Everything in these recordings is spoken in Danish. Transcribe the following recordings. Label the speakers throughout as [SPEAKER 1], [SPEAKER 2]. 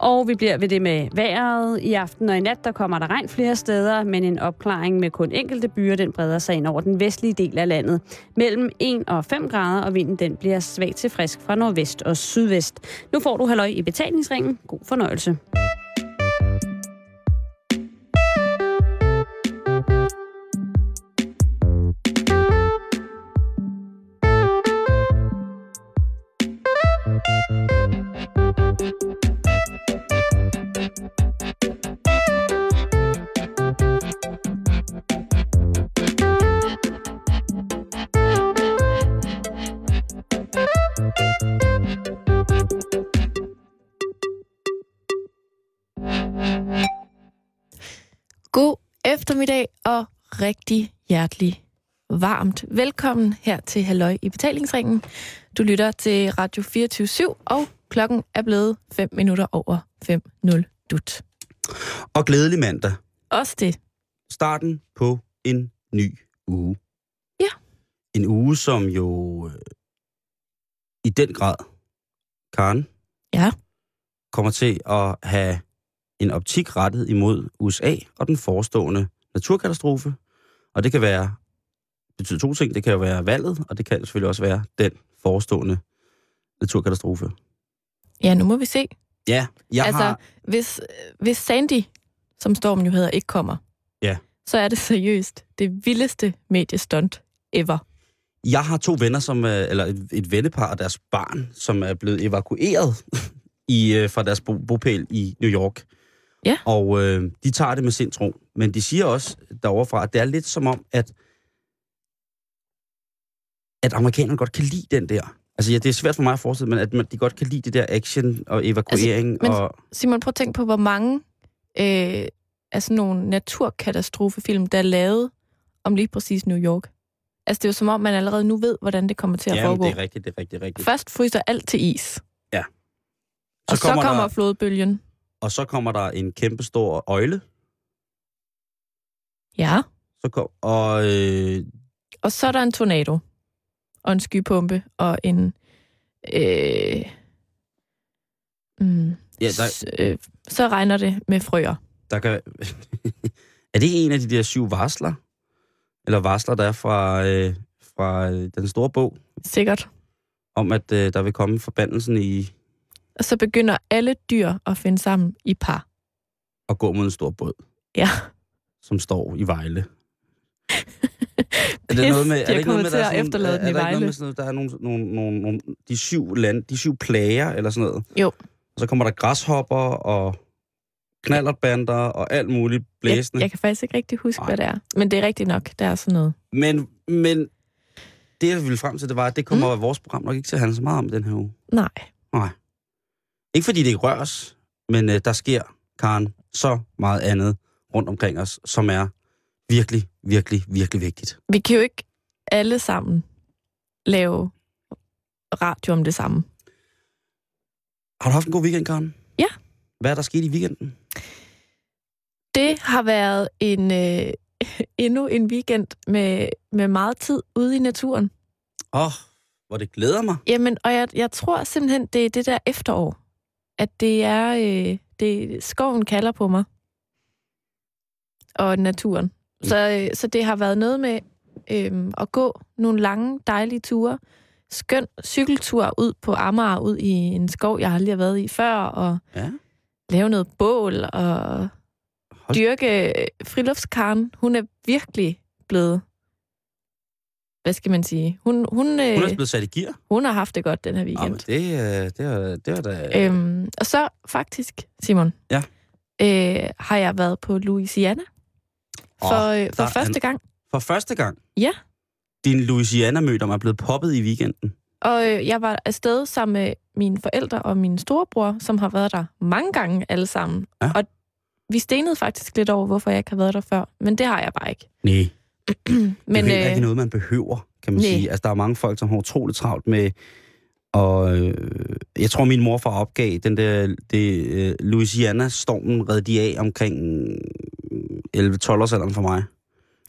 [SPEAKER 1] Og vi bliver ved det med vejret. I aften og i nat der kommer der regn flere steder, men en opklaring med kun enkelte byer, den breder sig ind over den vestlige del af landet. Mellem 1 og 5 grader, og vinden den bliver svag til frisk fra nordvest og sydvest. Nu får du halløj i betalingsringen. God fornøjelse.
[SPEAKER 2] God eftermiddag og rigtig hjertelig varmt velkommen her til Halløj i betalingsringen. Du lytter til Radio 24 og klokken er blevet 5 minutter over 5.0 dut.
[SPEAKER 3] Og glædelig mandag.
[SPEAKER 2] Også det.
[SPEAKER 3] Starten på en ny uge.
[SPEAKER 2] Ja.
[SPEAKER 3] En uge, som jo øh, i den grad, Karen,
[SPEAKER 2] Ja.
[SPEAKER 3] kommer til at have en optik rettet imod USA og den forestående naturkatastrofe. Og det kan være, betyder to ting. Det kan jo være valget, og det kan selvfølgelig også være den forestående naturkatastrofe.
[SPEAKER 2] Ja, nu må vi se.
[SPEAKER 3] Ja, jeg
[SPEAKER 2] altså,
[SPEAKER 3] altså, har...
[SPEAKER 2] hvis, hvis Sandy, som stormen jo hedder, ikke kommer,
[SPEAKER 3] Ja.
[SPEAKER 2] så er det seriøst det vildeste mediestunt ever.
[SPEAKER 3] Jeg har to venner, som, øh, eller et, et vennepar og deres barn, som er blevet evakueret i, øh, fra deres bo, bopæl i New York.
[SPEAKER 2] Ja.
[SPEAKER 3] Og øh, de tager det med sindsro. Men de siger også derovre fra, at det er lidt som om, at, at amerikanerne godt kan lide den der. Altså ja, det er svært for mig at forestille mig, at man, de godt kan lide det der action og evakuering.
[SPEAKER 2] men-
[SPEAKER 3] Altså, og,
[SPEAKER 2] Simon, prøv at tænke på, hvor mange øh, af sådan nogle naturkatastrofefilm, der er lavet om lige præcis New York. Altså, det er jo som om, man allerede nu ved, hvordan det kommer til at
[SPEAKER 3] jamen,
[SPEAKER 2] foregå.
[SPEAKER 3] det er rigtigt, det er rigtigt, rigtigt.
[SPEAKER 2] Først fryser alt til is, så og
[SPEAKER 3] så kommer
[SPEAKER 2] så kommer
[SPEAKER 3] der,
[SPEAKER 2] flodbølgen.
[SPEAKER 3] og så kommer der en kæmpe stor øjle,
[SPEAKER 2] Ja,
[SPEAKER 3] så kom, og øh,
[SPEAKER 2] og så er der en tornado, og en skypumpe, og en... Øh, mm,
[SPEAKER 3] ja, der,
[SPEAKER 2] s- øh, så regner det med frøer.
[SPEAKER 3] der kan... er det en af de der syv varsler? Eller varsler, der er fra, øh, fra øh, den store bog,
[SPEAKER 2] Sikkert.
[SPEAKER 3] om at øh, der vil komme forbandelsen i
[SPEAKER 2] Og så begynder alle dyr at finde sammen i par.
[SPEAKER 3] at gå mod en stor båd,
[SPEAKER 2] Ja.
[SPEAKER 3] som står i Vejle. er
[SPEAKER 2] Pis,
[SPEAKER 3] er
[SPEAKER 2] de
[SPEAKER 3] der
[SPEAKER 2] har
[SPEAKER 3] ikke noget
[SPEAKER 2] kommet
[SPEAKER 3] med,
[SPEAKER 2] til
[SPEAKER 3] der er
[SPEAKER 2] at
[SPEAKER 3] sådan nogle-
[SPEAKER 2] efterlade
[SPEAKER 3] er,
[SPEAKER 2] den
[SPEAKER 3] er
[SPEAKER 2] i
[SPEAKER 3] der ikke noget
[SPEAKER 2] Vejle?
[SPEAKER 3] med sådan noget, der er nogle, nogle, nogle, nogle, de syv land, de syv plager eller sådan noget?
[SPEAKER 2] Jo.
[SPEAKER 3] Og så kommer der græshopper og knallertbander og alt muligt blæsende.
[SPEAKER 2] Jeg, jeg kan faktisk ikke rigtig huske,
[SPEAKER 3] Nej.
[SPEAKER 2] Nej. hvad det er. Men det er rigtigt nok, der er sådan noget.
[SPEAKER 3] Men, men det, jeg ville frem til, det var, at det kommer mm. vores program nok ikke til at handle så meget om den her uge.
[SPEAKER 2] Nej.
[SPEAKER 3] Nej. Ikke fordi det ikke røres, men øh, der sker, Karen, så meget andet rundt omkring os, som er virkelig, virkelig, virkelig vigtigt.
[SPEAKER 2] Vi kan jo ikke alle sammen lave radio om det samme.
[SPEAKER 3] Har du haft en god weekend, Karen?
[SPEAKER 2] Ja.
[SPEAKER 3] Hvad er der sket i weekenden?
[SPEAKER 2] Det har været en øh, endnu en weekend med, med meget tid ude i naturen.
[SPEAKER 3] Åh, oh, hvor det glæder mig.
[SPEAKER 2] Jamen, og jeg, jeg tror simpelthen, det er det der efterår. At det er, øh, det, skoven kalder på mig. Og naturen.
[SPEAKER 3] Mm.
[SPEAKER 2] Så, øh, så det har været noget med øh, at gå nogle lange, dejlige ture. Skøn cykeltur ud på Amager, ud i en skov, jeg aldrig har været i før, og
[SPEAKER 3] Ja.
[SPEAKER 2] lave noget bål, og
[SPEAKER 3] Hold-
[SPEAKER 2] dyrke øh, friluftskaren. Hun er virkelig blevet, hvad skal man sige, hun, hun,
[SPEAKER 3] Hun
[SPEAKER 2] øh,
[SPEAKER 3] er også blevet sat i gear.
[SPEAKER 2] hun har haft det godt den her
[SPEAKER 3] Oh,
[SPEAKER 2] weekend.
[SPEAKER 3] det, øh, det, er, det er da... Øh.
[SPEAKER 2] Øhm, og så faktisk, Simon,
[SPEAKER 3] Ja.
[SPEAKER 2] øh, har jeg været på Louisiana for, øh,
[SPEAKER 3] der
[SPEAKER 2] for
[SPEAKER 3] er
[SPEAKER 2] første gang.
[SPEAKER 3] For første gang.
[SPEAKER 2] Ja.
[SPEAKER 3] Din Louisiana-mødom er blevet poppet i weekenden.
[SPEAKER 2] Og øh, jeg var afsted sammen med mine forældre og min storebror, som har været der mange gange alle sammen.
[SPEAKER 3] Ja.
[SPEAKER 2] Og vi stenede faktisk lidt over, hvorfor jeg ikke har været der før, men det har jeg bare ikke.
[SPEAKER 3] Nej. Men,
[SPEAKER 2] Men
[SPEAKER 3] det er jo heller ikke
[SPEAKER 2] øh,
[SPEAKER 3] noget, man behøver, kan man
[SPEAKER 2] Næ.
[SPEAKER 3] sige. Altså, der er mange folk, som har utroligt travlt med... Og øh, jeg tror, min morfar opgav den der det, øh, Louisiana-stormen redde de af omkring 11-12 års alderen for mig.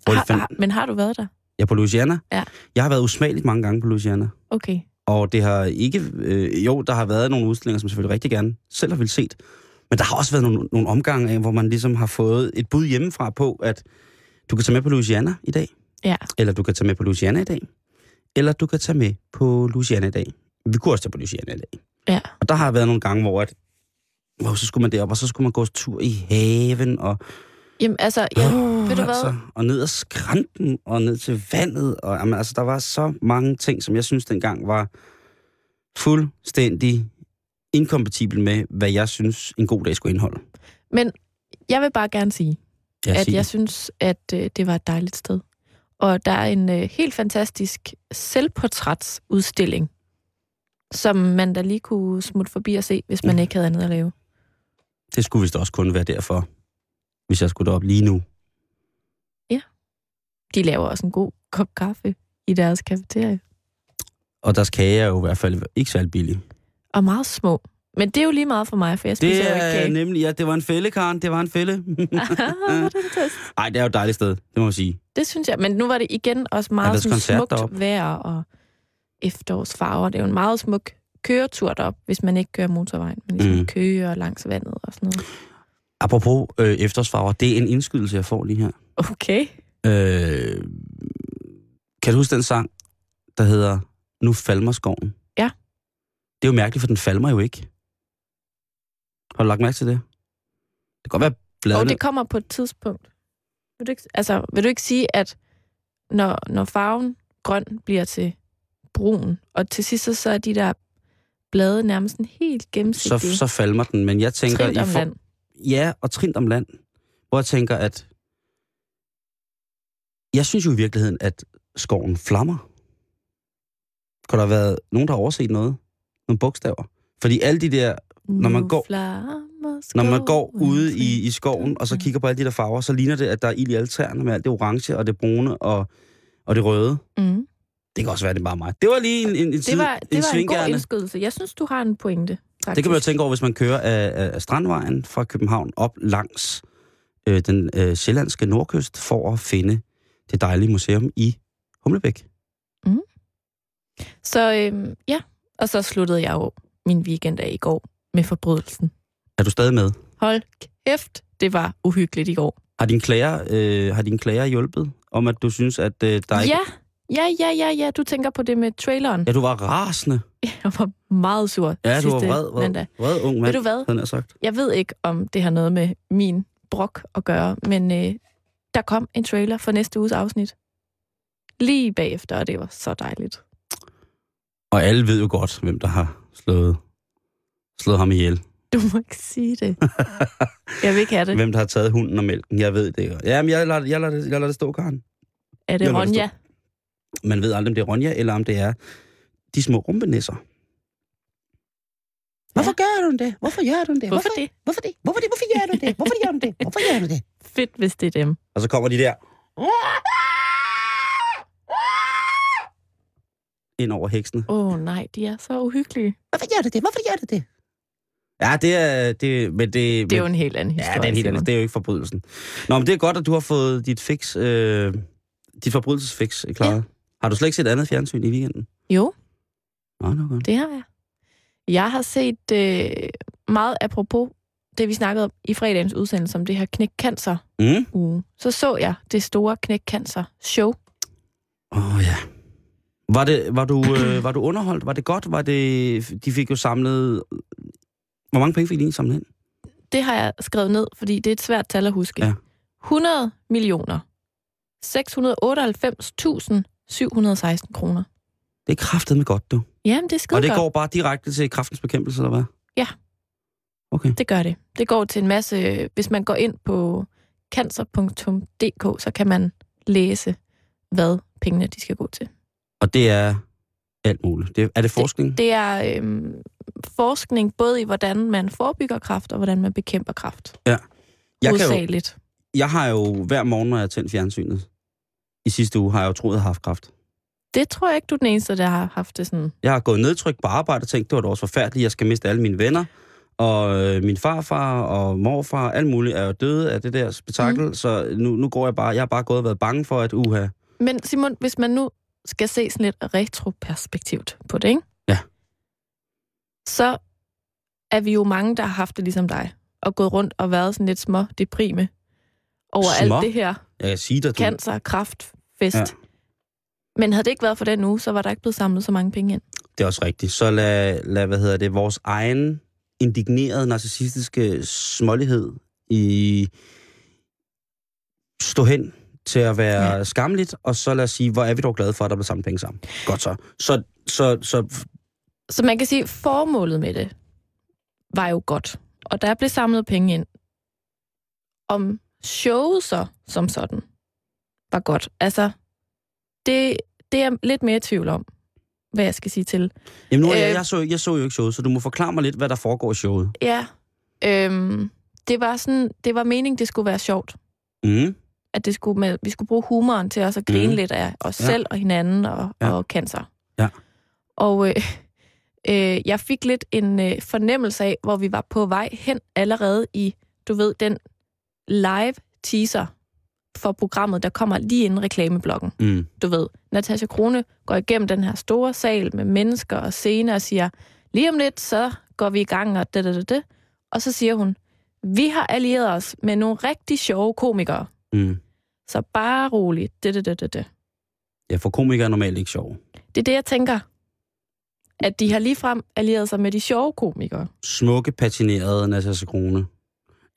[SPEAKER 3] Hvor de
[SPEAKER 2] har,
[SPEAKER 3] fandt,
[SPEAKER 2] har, men har du været der?
[SPEAKER 3] jeg er på Louisiana.
[SPEAKER 2] Ja.
[SPEAKER 3] Jeg har været usmageligt mange gange på Louisiana.
[SPEAKER 2] Okay.
[SPEAKER 3] Og det har ikke... Øh, jo, der har været nogle udstillinger, som jeg selvfølgelig rigtig gerne selv har ville set. Men der har også været nogle, nogle omgange af, hvor man ligesom har fået et bud hjemmefra på, at du kan tage med på Louisiana i dag.
[SPEAKER 2] Ja.
[SPEAKER 3] Eller du kan tage med på Louisiana i dag. Eller du kan tage med på Louisiana i dag. Vi kunne også tage på Louisiana i dag.
[SPEAKER 2] Ja.
[SPEAKER 3] Og der har været nogle gange, hvor, at, hvor så skulle man derop, og så skulle man gå tur i haven, og
[SPEAKER 2] Jamen altså, ja, ved du hvad?
[SPEAKER 3] altså, og ned ad skrænten, og ned til vandet. Og, jamen, altså, der var så mange ting, som jeg synes dengang var fuldstændig inkompatibel med, hvad jeg synes, en god dag skulle indeholde.
[SPEAKER 2] Men jeg vil bare gerne sige,
[SPEAKER 3] Ja,
[SPEAKER 2] at
[SPEAKER 3] sig
[SPEAKER 2] jeg
[SPEAKER 3] det.
[SPEAKER 2] synes, at øh, det var et dejligt sted. Og der er en øh, helt fantastisk selvportrætsudstilling, som man da lige kunne smutte forbi og se, hvis man
[SPEAKER 3] Ja.
[SPEAKER 2] ikke havde andet at lave.
[SPEAKER 3] det skulle vist også kun være derfor, hvis jeg skulle derop lige nu.
[SPEAKER 2] De laver også en god kop kaffe i deres kafeterie.
[SPEAKER 3] Og deres kage er jo i hvert fald ikke særlig billig.
[SPEAKER 2] Og meget små. Men det er jo lige meget for mig, for jeg spiser
[SPEAKER 3] Det
[SPEAKER 2] jo ikke
[SPEAKER 3] er
[SPEAKER 2] kage. Ah,
[SPEAKER 3] nemlig, ja, det var en fælde, Karen. Det var en fælde.
[SPEAKER 2] Hvor er det fantastisk.
[SPEAKER 3] Nej, det er jo et dejligt sted, det må man sige.
[SPEAKER 2] det synes jeg. Men nu var det igen også meget
[SPEAKER 3] deres
[SPEAKER 2] sådan
[SPEAKER 3] koncert
[SPEAKER 2] smukt
[SPEAKER 3] deroppe.
[SPEAKER 2] vejr og efterårsfarver. Det er jo en meget smuk køretur derop, hvis man ikke kører motorvejen, men ligesom
[SPEAKER 3] Mm.
[SPEAKER 2] mm. kører langs vandet og sådan noget.
[SPEAKER 3] Apropos øh, efterårsfarver, det er en indskydelse, jeg får lige her.
[SPEAKER 2] Okay.
[SPEAKER 3] Øh, kan du huske den sang, der hedder Nu falmer skoven?
[SPEAKER 2] Ja.
[SPEAKER 3] Det er jo mærkeligt, for den falmer jo ikke. Har du lagt mærke til det? Det kan godt være bladene...
[SPEAKER 2] Og det kommer på et tidspunkt. Vil du ikke, altså, vil du ikke sige, at når, når farven grøn bliver til brun, og til sidst så- så er de der blade nærmest sådan helt
[SPEAKER 3] så,
[SPEAKER 2] gennemsigtige,
[SPEAKER 3] så falmer den, men jeg tænker...
[SPEAKER 2] trint om
[SPEAKER 3] for-
[SPEAKER 2] land.
[SPEAKER 3] Ja, og trint om land. Hvor jeg tænker, at... Jeg synes jo i virkeligheden, at skoven flammer. Kunne der have været nogen, der har overset noget? Nogle bogstaver? Fordi alle de der når man
[SPEAKER 2] Nu
[SPEAKER 3] går-
[SPEAKER 2] flammer
[SPEAKER 3] Når man går
[SPEAKER 2] skoven
[SPEAKER 3] ude i, i
[SPEAKER 2] frit
[SPEAKER 3] skoven, og så
[SPEAKER 2] omkring.
[SPEAKER 3] kigger på alle de der farver, så ligner det, at der er ild i alle træerne med alt det orange og det brune og, og det røde.
[SPEAKER 2] Mm.
[SPEAKER 3] Det kan også være, det er bare mig. Det var lige en, en, en,
[SPEAKER 2] Det
[SPEAKER 3] side-
[SPEAKER 2] var, det var
[SPEAKER 3] en
[SPEAKER 2] en god
[SPEAKER 3] svinggerne.
[SPEAKER 2] indskydelse. Jeg synes, du har en pointe. Faktisk.
[SPEAKER 3] Det kan man jo tænke over, hvis man kører af, af- af Strandvejen fra København op langs øh, den øh, sjællandske nordkyst for at finde det dejlige museum i Humlebæk.
[SPEAKER 2] Så øhm, ja, og så sluttede jeg jo min weekend af i går med forbrydelsen.
[SPEAKER 3] Er du stadig med?
[SPEAKER 2] Hold kæft, det var uhyggeligt i går.
[SPEAKER 3] Har din klager, øh, har din klager hjulpet om, at du synes, at øh, der er ikke...
[SPEAKER 2] Ja, ja, ja, ja, ja, du tænker på det med traileren.
[SPEAKER 3] Ja, du var rasende.
[SPEAKER 2] Jeg var meget sur
[SPEAKER 3] Ja, du var
[SPEAKER 2] sidste
[SPEAKER 3] vred, vred,
[SPEAKER 2] mandag.
[SPEAKER 3] vred ung
[SPEAKER 2] Ved
[SPEAKER 3] mand,
[SPEAKER 2] du hvad?
[SPEAKER 3] havde jeg nær sagt.
[SPEAKER 2] Jeg ved ikke, om det har noget med min brok at gøre, men øh, der kom en trailer for næste uges afsnit. Lige bagefter, og det var så dejligt.
[SPEAKER 3] Og alle ved jo godt, hvem der har slået, slået ham ihjel.
[SPEAKER 2] Du må ikke sige det. Jeg vil ikke have det.
[SPEAKER 3] Hvem der har taget hunden og mælken, jeg ved det ikke. Jamen, jeg lader, jeg lader, det, jeg lader det stå, Karen.
[SPEAKER 2] Er det
[SPEAKER 3] Jeg lader det
[SPEAKER 2] Ronja?
[SPEAKER 3] Man ved aldrig, om det er Ronja, eller om det er de små rumpenisser. Hvorfor gør du det? Hvorfor gør du det?
[SPEAKER 2] Hvorfor det?
[SPEAKER 3] Hvorfor det? Hvorfor det? Hvorfor gør du det? Hvorfor gør du det? Hvorfor gør du det?
[SPEAKER 2] Fedt, hvis det er dem.
[SPEAKER 3] Og så kommer de der. Ind over heksene.
[SPEAKER 2] Åh oh, nej, de er så uhyggelige.
[SPEAKER 3] Hvorfor gør du det? Hvorfor gør du det? Ja, det er... Det, men det,
[SPEAKER 2] Det er jo en helt anden historie.
[SPEAKER 3] Ja, det er, en helt anden,
[SPEAKER 2] Simon.
[SPEAKER 3] det er jo ikke forbrydelsen. Nå, men det er godt, at du har fået dit fix, øh, dit forbrydelsesfix øh, klaret. Ja. Har du slet ikke set andet fjernsyn i weekenden?
[SPEAKER 2] Jo,
[SPEAKER 3] Nå, det var godt.
[SPEAKER 2] det har jeg. Jeg har set øh, meget apropos det, vi snakkede om i fredagens udsendelse om det her knæk cancer
[SPEAKER 3] Mm.
[SPEAKER 2] uge. Så så jeg det store knæk cancer show.
[SPEAKER 3] Åh, oh, ja. Var, det, var, du, øh, var du underholdt? Var det godt? Var det, de fik jo samlet... Hvor mange penge fik de egentlig samlet ind?
[SPEAKER 2] Det har jeg skrevet ned, fordi det er et svært tal at huske.
[SPEAKER 3] Ja.
[SPEAKER 2] 100 millioner. 698.716 kroner.
[SPEAKER 3] Det er kraftedeme godt, du.
[SPEAKER 2] Jamen, det er
[SPEAKER 3] Og
[SPEAKER 2] skide
[SPEAKER 3] det
[SPEAKER 2] godt.
[SPEAKER 3] går bare direkte til kraftens bekæmpelse, eller hvad?
[SPEAKER 2] Ja.
[SPEAKER 3] Okay.
[SPEAKER 2] Det gør det. Det går til en masse... Hvis man går ind på cancer.dk, så kan man læse, hvad pengene de skal gå til.
[SPEAKER 3] Og det er alt muligt. Det, er det forskning?
[SPEAKER 2] Det er øhm, forskning både i, hvordan man forebygger kræft, og hvordan man bekæmper kræft.
[SPEAKER 3] jeg kan jo,
[SPEAKER 2] Hovedsageligt.
[SPEAKER 3] jeg har jo hver morgen, når jeg har tændt fjernsynet, i sidste uge har jeg jo troet, at jeg har haft kræft.
[SPEAKER 2] Det tror jeg ikke, du er den eneste, der har haft det sådan.
[SPEAKER 3] Jeg har gået nedtryk på arbejde og tænkt, det var da også forfærdeligt, jeg skal miste alle mine venner, og øh, min farfar og morfar, alt muligt er jo døde af det der spektakel, mm. så nu, nu går jeg bare, jeg har bare gået og været bange for, at uha,
[SPEAKER 2] Men Simon, hvis man nu skal se sådan lidt retroperspektivt på det, ikke?
[SPEAKER 3] Ja.
[SPEAKER 2] Så er vi jo mange, der har haft det ligesom dig. og gået rundt og været sådan lidt små deprime over små?
[SPEAKER 3] Små?
[SPEAKER 2] alt det her.
[SPEAKER 3] Jeg kan sige dig, du...
[SPEAKER 2] Cancer, kraft, fest.
[SPEAKER 3] Ja.
[SPEAKER 2] Ja. Men havde det ikke været for den uge, så var der ikke blevet samlet så mange penge ind.
[SPEAKER 3] Det er også rigtigt. Så lad, lad hvad hedder det, vores egen indignerede, narcissistiske smålighed i stå hen til at være ja. skamligt, og så lad os sige, hvor er vi dog glade for, at der blev samlet penge sammen. Godt så. Så, så, så
[SPEAKER 2] Så man kan sige, at formålet med det var jo godt. Og der blev samlet penge ind. Om showet så som sådan var godt. Altså, det, det er jeg lidt mere i tvivl om, hvad jeg skal sige til.
[SPEAKER 3] jamen nu, øh, jeg,
[SPEAKER 2] Øh.
[SPEAKER 3] jeg, så, jeg så jo ikke showet, så du må forklare mig lidt, hvad der foregår i showet.
[SPEAKER 2] Ja, øhm, det var sådan, det var meningen, det skulle være sjovt.
[SPEAKER 3] Mm.
[SPEAKER 2] At det skulle med, vi skulle bruge humoren til også at grine
[SPEAKER 3] Mhm.
[SPEAKER 2] mm. lidt af os
[SPEAKER 3] Ja.
[SPEAKER 2] ja. selv og hinanden og,
[SPEAKER 3] Ja.
[SPEAKER 2] ja. og cancer.
[SPEAKER 3] Ja.
[SPEAKER 2] Og øh, øh, jeg fik lidt en øh, fornemmelse af, hvor vi var på vej hen allerede i, du ved, den live teaser for programmet, der kommer lige inden reklameblokken.
[SPEAKER 3] Mm.
[SPEAKER 2] Du ved, Natasha Krone går igennem den her store sal med mennesker og scener og siger, lige om lidt, så går vi i gang og det, det, det, det. Og så siger hun, vi har allieret os med nogle rigtig sjove komikere,
[SPEAKER 3] Mm.
[SPEAKER 2] så bare rolig, det, det, det, det, det.
[SPEAKER 3] Ja, for komikere er normalt ikke sjov.
[SPEAKER 2] Det er det, jeg tænker. At de har ligefrem allieret sig med de sjove komikere.
[SPEAKER 3] Smukke, patinerede Natasha Krone.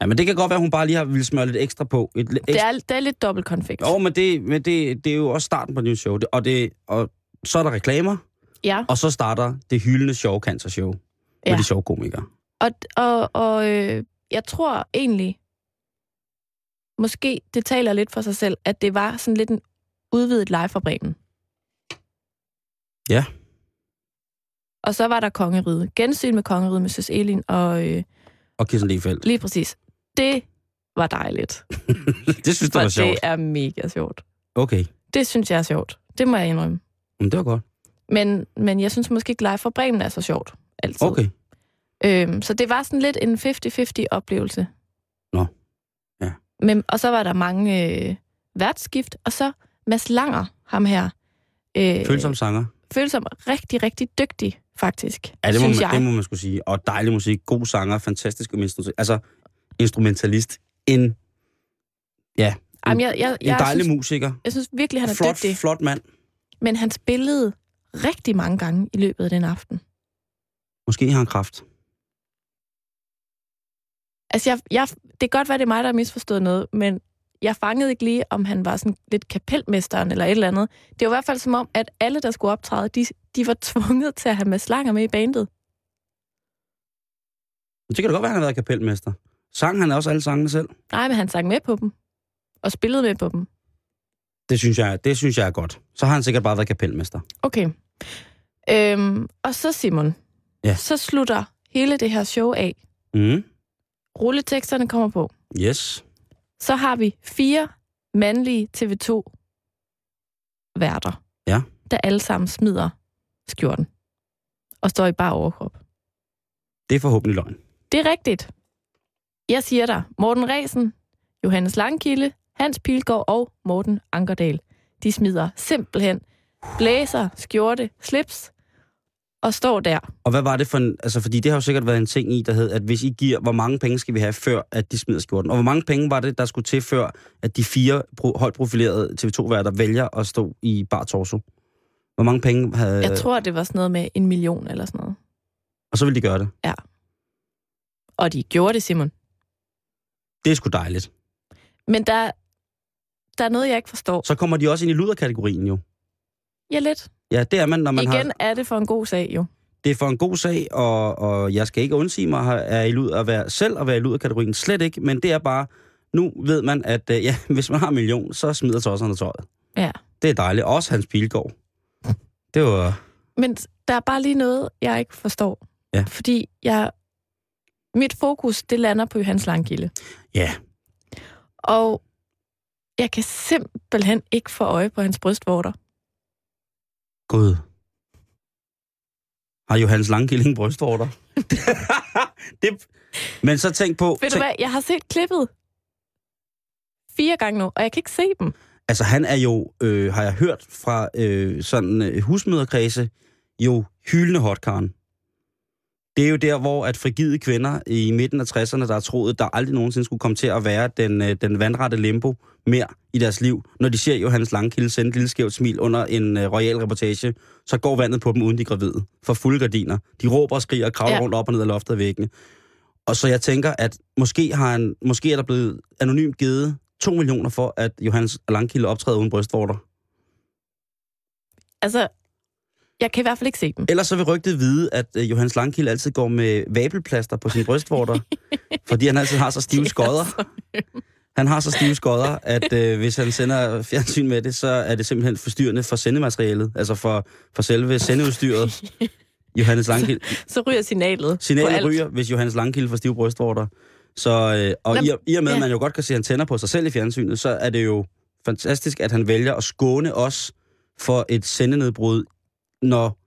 [SPEAKER 3] Ja, men det kan godt være, hun bare lige har ville smøre lidt ekstra på. Et, lidt
[SPEAKER 2] Det er, det er lidt dobbelt konfekt.
[SPEAKER 3] Jo, men, det, men det, det er jo også starten på et nyt show. Det, og, det, og så er der reklamer,
[SPEAKER 2] Ja,
[SPEAKER 3] og så starter det hyldende sjove cancer show ja. med
[SPEAKER 2] Ja.
[SPEAKER 3] de sjove komikere.
[SPEAKER 2] og, og, og øh, jeg tror egentlig, måske det taler lidt for sig selv, at det var sådan lidt en udvidet live fra Bremen.
[SPEAKER 3] Ja.
[SPEAKER 2] Og så var der kongeriget. Gensyn med kongeriget med Søs Elin, og øh,
[SPEAKER 3] Og Kirsten Lefeldt.
[SPEAKER 2] lige præcis, det var dejligt.
[SPEAKER 3] det synes du var
[SPEAKER 2] og det
[SPEAKER 3] sjovt.
[SPEAKER 2] er mega sjovt.
[SPEAKER 3] Okay,
[SPEAKER 2] Det synes jeg er sjovt. Det må jeg indrømme.
[SPEAKER 3] men det var godt.
[SPEAKER 2] Men, men jeg synes måske ikke, live fra Bremen er så sjovt. Altid.
[SPEAKER 3] Okay.
[SPEAKER 2] Øhm, så det var sådan lidt en 50-50 oplevelse.
[SPEAKER 3] Nå. Ja.
[SPEAKER 2] Men, og så var der mange øh, værtsskift, og så Mads Langer, ham her. Øh,
[SPEAKER 3] Følsom sanger.
[SPEAKER 2] Følsom. Rigtig, rigtig dygtig, faktisk.
[SPEAKER 3] Ja, det må,
[SPEAKER 2] synes
[SPEAKER 3] man,
[SPEAKER 2] jeg.
[SPEAKER 3] det må man skulle sige. Og dejlig musik, god sanger, fantastisk instrumentalist. Altså, instrumentalist. En, ja,
[SPEAKER 2] Jamen, jeg, jeg,
[SPEAKER 3] en
[SPEAKER 2] jeg,
[SPEAKER 3] dejlig
[SPEAKER 2] synes,
[SPEAKER 3] musiker.
[SPEAKER 2] jeg synes virkelig, han er
[SPEAKER 3] flot,
[SPEAKER 2] dygtig.
[SPEAKER 3] flot mand.
[SPEAKER 2] Men han spillede rigtig mange gange i løbet af den aften.
[SPEAKER 3] Måske har han kraft.
[SPEAKER 2] Altså, jeg, jeg, det kan godt være, det er mig, der har misforstået noget, men jeg fangede ikke lige, om han var sådan lidt kapelmesteren eller et eller andet. Det var i hvert fald som om, at alle, der skulle optræde, de, de var tvunget til at have med slanger med i bandet.
[SPEAKER 3] Men det kan da godt være, han har været kapelmester. Sang han også alle sangene selv?
[SPEAKER 2] Nej, men han sang med på dem. Og spillede med på dem.
[SPEAKER 3] Det synes jeg, det synes jeg er godt. Så har han sikkert bare været kapelmester.
[SPEAKER 2] Okay. Øhm, og så Simon.
[SPEAKER 3] Ja.
[SPEAKER 2] Så slutter hele det her show af.
[SPEAKER 3] Mm.
[SPEAKER 2] Rulleteksterne kommer på.
[SPEAKER 3] Yes.
[SPEAKER 2] Så har vi fire mandlige TV2-værter.
[SPEAKER 3] Ja.
[SPEAKER 2] Der alle sammen smider skjorten. Og står i bare overkrop.
[SPEAKER 3] Det er forhåbentlig løgn.
[SPEAKER 2] Det er rigtigt. Jeg siger dig, Morten Resen, Johannes Langkilde, Hans Pilgaard og Morten Ankerdal. De smider simpelthen blæser, skjorte, slips og står der.
[SPEAKER 3] Og hvad var det for en... Altså, fordi det har jo sikkert været en ting i, der hed, at hvis I giver, hvor mange penge skal vi have, før at de smider skjorten? Og hvor mange penge var det, der skulle til, før at de fire pro, højt profilerede TV2-værter vælger at stå i bar torso? Hvor mange penge havde...
[SPEAKER 2] Jeg tror, det var sådan noget med en million eller sådan noget.
[SPEAKER 3] Og så ville de gøre det.
[SPEAKER 2] Og de gjorde det, Simon.
[SPEAKER 3] Det er sgu dejligt.
[SPEAKER 2] Men der, der er noget, jeg ikke forstår.
[SPEAKER 3] Så kommer de også ind i luderkategorien jo.
[SPEAKER 2] Ja, lidt.
[SPEAKER 3] Ja, det er man, når man har...
[SPEAKER 2] Igen er det for en god sag, jo.
[SPEAKER 3] det er for en god sag, og, og jeg skal ikke undsige mig har- er i lud at være, selv at være i luderkategorien. Slet ikke, men det er bare, nu ved man, at øh, ja, hvis man har en million, så smider tosserne tøjet.
[SPEAKER 2] Ja.
[SPEAKER 3] Det er dejligt. Også Hans Pilgaard. Det var...
[SPEAKER 2] Men der er bare lige noget, jeg ikke forstår.
[SPEAKER 3] Ja.
[SPEAKER 2] Fordi jeg, mit fokus, det lander på Johannes Langkilde.
[SPEAKER 3] Ja,
[SPEAKER 2] Og jeg kan simpelthen ikke få øje på hans brystvorter.
[SPEAKER 3] gud. Har Johannes Langkilling brystvorter? det... Men så tænk på...
[SPEAKER 2] Ved du
[SPEAKER 3] Tænk,
[SPEAKER 2] hvad, jeg har set klippet fire gange nu, og jeg kan ikke se dem.
[SPEAKER 3] altså, han er jo, øh, har jeg hørt fra øh, sådan øh, husmøderkredse, jo hyldende hotkaren. Det er jo der, hvor at frigide kvinder i midten af 60'erne, der har troet, der aldrig nogensinde skulle komme til at være den, øh, den vandrette limbo mere i deres liv. Når de ser Johannes Langkilde sende et lille skævt smil under en øh, royal reportage, så går vandet på dem uden de er gravide. For fulde gardiner. De råber og skriger og kravler
[SPEAKER 2] Ja.
[SPEAKER 3] ja. rundt op og ned af loftet og væggene. Og så jeg tænker, at måske, har han, måske er der blevet anonymt givet 2 millioner for, at Johannes Langkilde optræder uden brystvorter.
[SPEAKER 2] Altså, jeg kan i hvert fald ikke se dem.
[SPEAKER 3] Ellers så vil rygtet vide, at øh, Johannes Langkilde altid går med vabelplaster på sine brystvorter, fordi han altid har så stive skodder. Han har så stive skodder, at øh, hvis han sender fjernsyn med det, så er det simpelthen forstyrrende for sendematerialet, altså for, for selve sendeudstyret. Johannes Langkilde.
[SPEAKER 2] Så ryger signalet. på alt.
[SPEAKER 3] Signalet ryger, hvis Johannes Langkilde får stive brystvorter. Så, øh, og
[SPEAKER 2] Nå,
[SPEAKER 3] i, og- i og med, at
[SPEAKER 2] ja.
[SPEAKER 3] man jo godt kan se, at han tænder på sig selv i fjernsynet, så er det jo fantastisk, at han vælger at skåne os for et sendenedbrud, når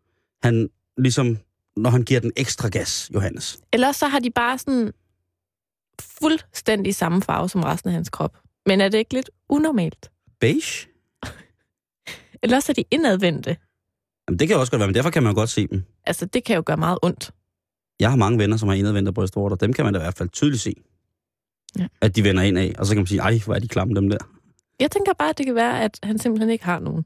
[SPEAKER 3] han ligesom når han giver den ekstra gas, Johannes.
[SPEAKER 2] Ellers så har de bare sådan fuldstændig samme farve som resten af hans krop. Men er det ikke lidt unormalt?
[SPEAKER 3] Beige?
[SPEAKER 2] Ellers er de indadvendte.
[SPEAKER 3] Jamen, det kan også godt være, men derfor kan man jo godt se dem.
[SPEAKER 2] Altså, det kan jo gøre meget ondt.
[SPEAKER 3] Jeg har mange venner, som har indadvendte brystvorter. Dem kan man da i hvert fald tydeligt se.
[SPEAKER 2] Ja.
[SPEAKER 3] Ja. At de vender ind af, og så kan man sige, ej, hvor er de klamme, dem der.
[SPEAKER 2] Jeg tænker bare, at det kan være, at han simpelthen ikke har nogen.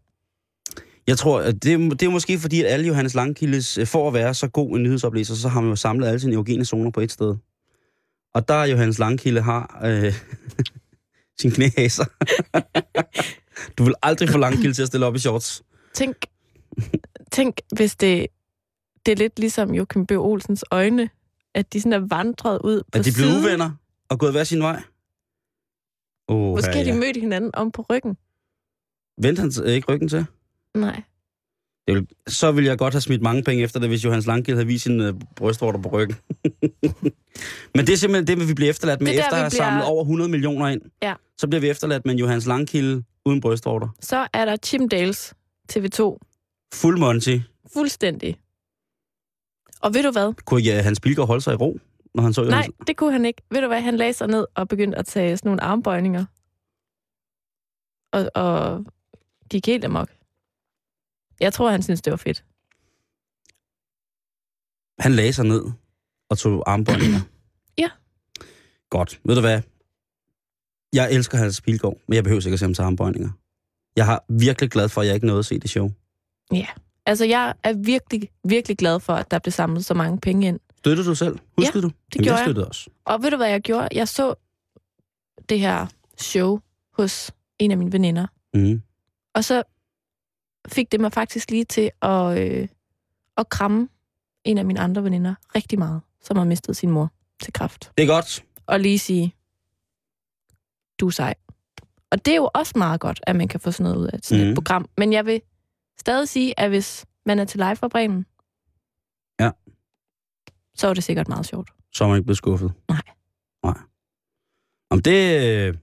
[SPEAKER 3] Jeg tror, at det, er må- det er måske fordi, at alle Johannes Langkildes, øh, for at være så god en nyhedsoplæser, så har man jo samlet alle sine eugene zoner på et sted. Og der er Johannes Langkilde har øh, sin knæhæser. du vil aldrig få Langkilde til at stille op i shorts.
[SPEAKER 2] Tænk, tænk hvis det, det er lidt ligesom Joachim B. Olsens øjne, at de sådan er vandret ud på
[SPEAKER 3] At de blev
[SPEAKER 2] siden.
[SPEAKER 3] uvenner og gået hver sin vej. Oh,
[SPEAKER 2] Måske har de mødt hinanden om på ryggen.
[SPEAKER 3] Vendte han øh, ikke ryggen til?
[SPEAKER 2] Nej.
[SPEAKER 3] Det vil, så ville jeg godt have smidt mange penge efter det, hvis Johannes Langkild havde vist sin øh, brystvorter på ryggen. Men det er simpelthen det, vi bliver efterladt med,
[SPEAKER 2] Det er der,
[SPEAKER 3] efter at
[SPEAKER 2] vi
[SPEAKER 3] have
[SPEAKER 2] bliver-
[SPEAKER 3] samlet over 100 millioner ind.
[SPEAKER 2] Ja.
[SPEAKER 3] Så bliver vi efterladt med en Johannes Langkilde uden brystvorter.
[SPEAKER 2] Så er der Chippendales TV2.
[SPEAKER 3] Fuld Monty.
[SPEAKER 2] Fuldstændig. Og ved du hvad?
[SPEAKER 3] Kunne ja, Hans Pilgaard holde sig i ro, når han så
[SPEAKER 2] Nej,
[SPEAKER 3] Johannes?
[SPEAKER 2] det kunne han ikke. Ved du hvad, han lagde sig ned og begyndte at tage sådan nogle armbøjninger. Og, og gik helt amok. Jeg tror, han synes, det var fedt.
[SPEAKER 3] Han lagde sig ned og tog armbåndinger.
[SPEAKER 2] Ja.
[SPEAKER 3] Godt. Ved du hvad? Jeg elsker Hans Pilgaard, men jeg behøver sikkert at se ham tage armbøjninger. Jeg har virkelig glad for, at jeg ikke nåede at se det show.
[SPEAKER 2] Altså, jeg er virkelig, virkelig glad for, at der blev samlet så mange penge ind.
[SPEAKER 3] Støttede du selv? Huskede du?
[SPEAKER 2] Det gjorde
[SPEAKER 3] jeg.
[SPEAKER 2] jeg.
[SPEAKER 3] støttede også.
[SPEAKER 2] Og ved du, hvad jeg gjorde? Jeg så det her show hos en af mine veninder.
[SPEAKER 3] Mm.
[SPEAKER 2] Og så fik det mig faktisk lige til at, øh, at kramme en af mine andre veninder rigtig meget, som har mistet sin mor til kraft.
[SPEAKER 3] Det er godt.
[SPEAKER 2] Og lige sige, du er sej. Og det er jo også meget godt, at man kan få sådan noget ud af sådan mm. et
[SPEAKER 3] Mhm.
[SPEAKER 2] program. Men jeg vil stadig sige, at hvis man er til live fra Bremen,
[SPEAKER 3] Ja.
[SPEAKER 2] så er det sikkert meget sjovt.
[SPEAKER 3] Så er man ikke blevet skuffet.
[SPEAKER 2] Nej.
[SPEAKER 3] Nej. Om det, øh,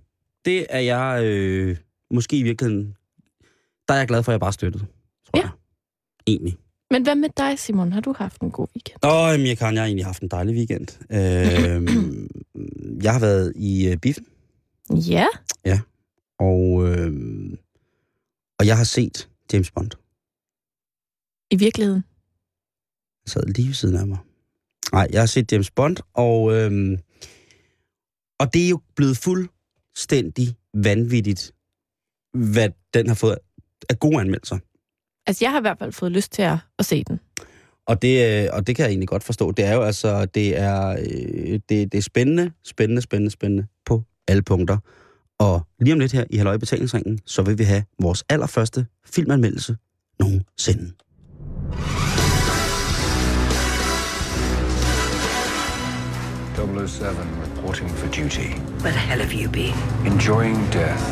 [SPEAKER 3] det er jeg øh, måske i virkeligheden... Der er jeg glad for, at jeg bare støttede, tror
[SPEAKER 2] Ja.
[SPEAKER 3] ja. jeg. Egentlig.
[SPEAKER 2] Men hvad med dig, Simon? Har du haft en god weekend?
[SPEAKER 3] Nå, jamen, jeg kan, jeg har egentlig haft en dejlig weekend. Øhm, jeg har været i øh, biffen,
[SPEAKER 2] Ja.
[SPEAKER 3] og, øhm, og jeg har set James Bond.
[SPEAKER 2] I virkeligheden?
[SPEAKER 3] Han sad lige ved siden af mig. Nej, jeg har set James Bond, og, øhm, og det er jo blevet fuldstændig vanvittigt, hvad den har fået af gode anmeldelser.
[SPEAKER 2] Altså, jeg har i hvert fald fået lyst til at, at se den.
[SPEAKER 3] Og det, øh, og det kan jeg egentlig godt forstå. Det er jo altså, det er, øh, det, det er spændende, spændende, spændende, spændende på alle punkter. Og lige om lidt her i Halløj Betalingsringen, så vil vi have vores allerførste filmanmeldelse nogensinde.
[SPEAKER 4] Double O Seven reporting for duty.
[SPEAKER 5] Where the hell have you been?
[SPEAKER 4] Enjoying death.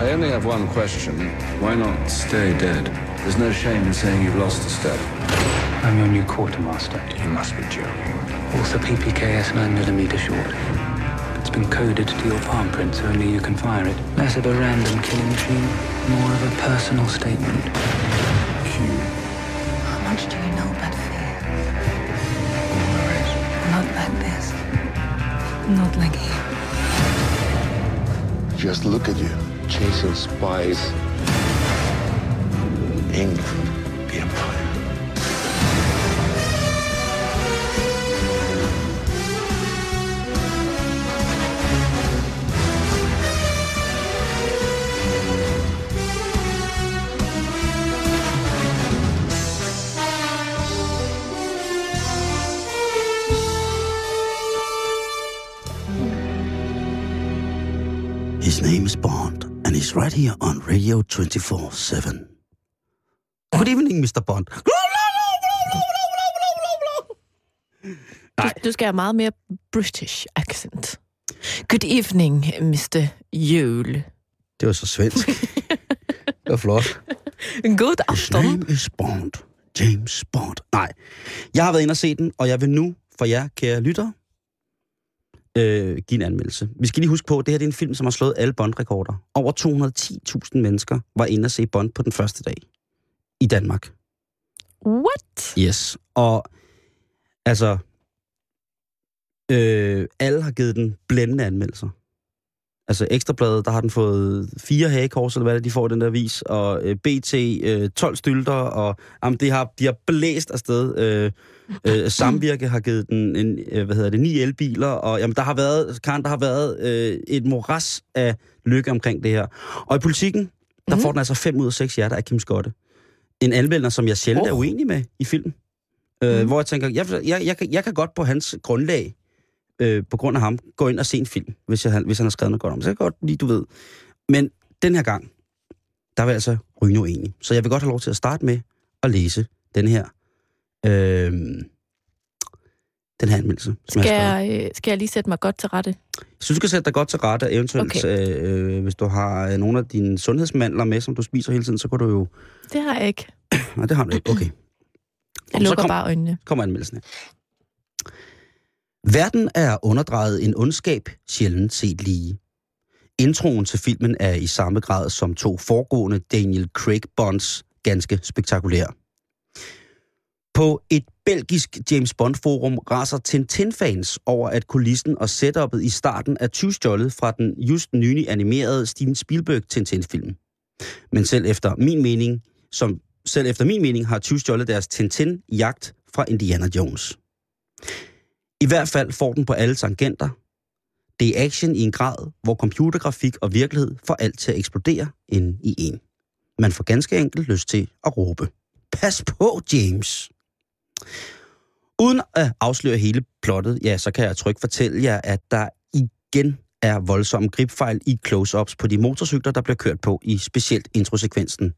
[SPEAKER 4] I only have one question. Why not stay dead? There's no shame in saying you've lost a step.
[SPEAKER 6] I'm your new quartermaster.
[SPEAKER 4] You must be joking.
[SPEAKER 6] Also PPKS 9mm short. It's been coded to your palm print, so only you can fire it. Less of a random killing machine, more of a personal statement.
[SPEAKER 7] How much do you know about fear?
[SPEAKER 4] All there is.
[SPEAKER 7] Not like this. Not like him.
[SPEAKER 8] Just look at you, chasing spies. England, the Empire.
[SPEAKER 3] His name is Bond, and he's right here on Radio 24-7. Good evening, Mr. Bond.
[SPEAKER 2] Du, du skal have meget mere British accent. Good evening, Mr. Jule.
[SPEAKER 3] Det var så svensk. det var flot.
[SPEAKER 2] God
[SPEAKER 3] His
[SPEAKER 2] aften.
[SPEAKER 3] name is Bond. James Bond. Nej. Jeg har været inde og se den, og jeg vil nu for jer, kære lyttere, øh, give en anmeldelse. Vi skal lige huske på, at det her det er en film, som har slået alle Bond-rekorder. Over 210.000 mennesker var inde og se Bond på den første dag i Danmark.
[SPEAKER 2] What?
[SPEAKER 3] Yes. Og altså, øh, alle har givet den blændende anmeldelser. Altså Ekstrabladet, der har den fået fire hagekors, eller hvad det er, de får i den der vis, og øh, BT øh, 12 stylter, og jamen, de, har, de har blæst afsted. Øh, øh, Samvirke har givet den, en, øh, hvad hedder det, ni elbiler, og jamen, der har været, Karen, der har været øh, et moras af lykke omkring det her. Og i politikken, der
[SPEAKER 2] Mhm.
[SPEAKER 3] får den altså 5 ud af 6 hjerter af Kim Skotte. En anmelder, som jeg sjældent oh. er
[SPEAKER 2] Oh.
[SPEAKER 3] uenig med i filmen.
[SPEAKER 2] Mhm.
[SPEAKER 3] Øh, Hvor jeg tænker, jeg, jeg, jeg, kan, jeg kan godt på hans grundlag, øh, på grund af ham, gå ind og se en film, hvis, jeg, hvis han har skrevet noget godt om. Så jeg kan godt lige, du ved. Men den her gang, der var jeg altså rygende uenig. Så jeg vil godt have lov til at starte med at læse den her, øh, den her anmeldelse. Som
[SPEAKER 2] Skal
[SPEAKER 3] jeg, har skrevet.
[SPEAKER 2] jeg, øh, skal jeg lige sætte mig godt til rette?
[SPEAKER 3] jeg synes, du skal sætte dig godt til rette, og eventuelt okay. øh, hvis du har øh, nogle af dine sundhedsmandler med, som du spiser hele tiden, så kan du jo...
[SPEAKER 2] Det har jeg ikke.
[SPEAKER 3] Nej, det har du ikke. Okay.
[SPEAKER 2] Jeg
[SPEAKER 3] Om, så
[SPEAKER 2] lukker
[SPEAKER 3] kom-
[SPEAKER 2] bare øjnene.
[SPEAKER 3] kommer anmeldelsen her. Verden er underdrejet en ondskab, sjældent set lige. Introen til filmen er i samme grad som to foregående Daniel Craig Bonds ganske spektakulær. På et belgisk James Bond-forum raser Tintin-fans over, at kulissen og setupet i starten er tyvstjålet fra den just nylig animerede Steven Spielberg Tintin-film. Men selv efter min mening, som selv efter min mening har tyvstjålet deres Tintin-jagt fra Indiana Jones. I hvert fald får den på alle tangenter. Det er action i en grad, hvor computergrafik og virkelighed får alt til at eksplodere ind i en. Man får ganske enkelt lyst til at råbe. Pas på, James! Uden at afsløre hele plottet, ja, så kan jeg trygt fortælle jer, at der igen er voldsomme gribfejl i close-ups på de motorcykler, der bliver kørt på i specielt introsekvensen.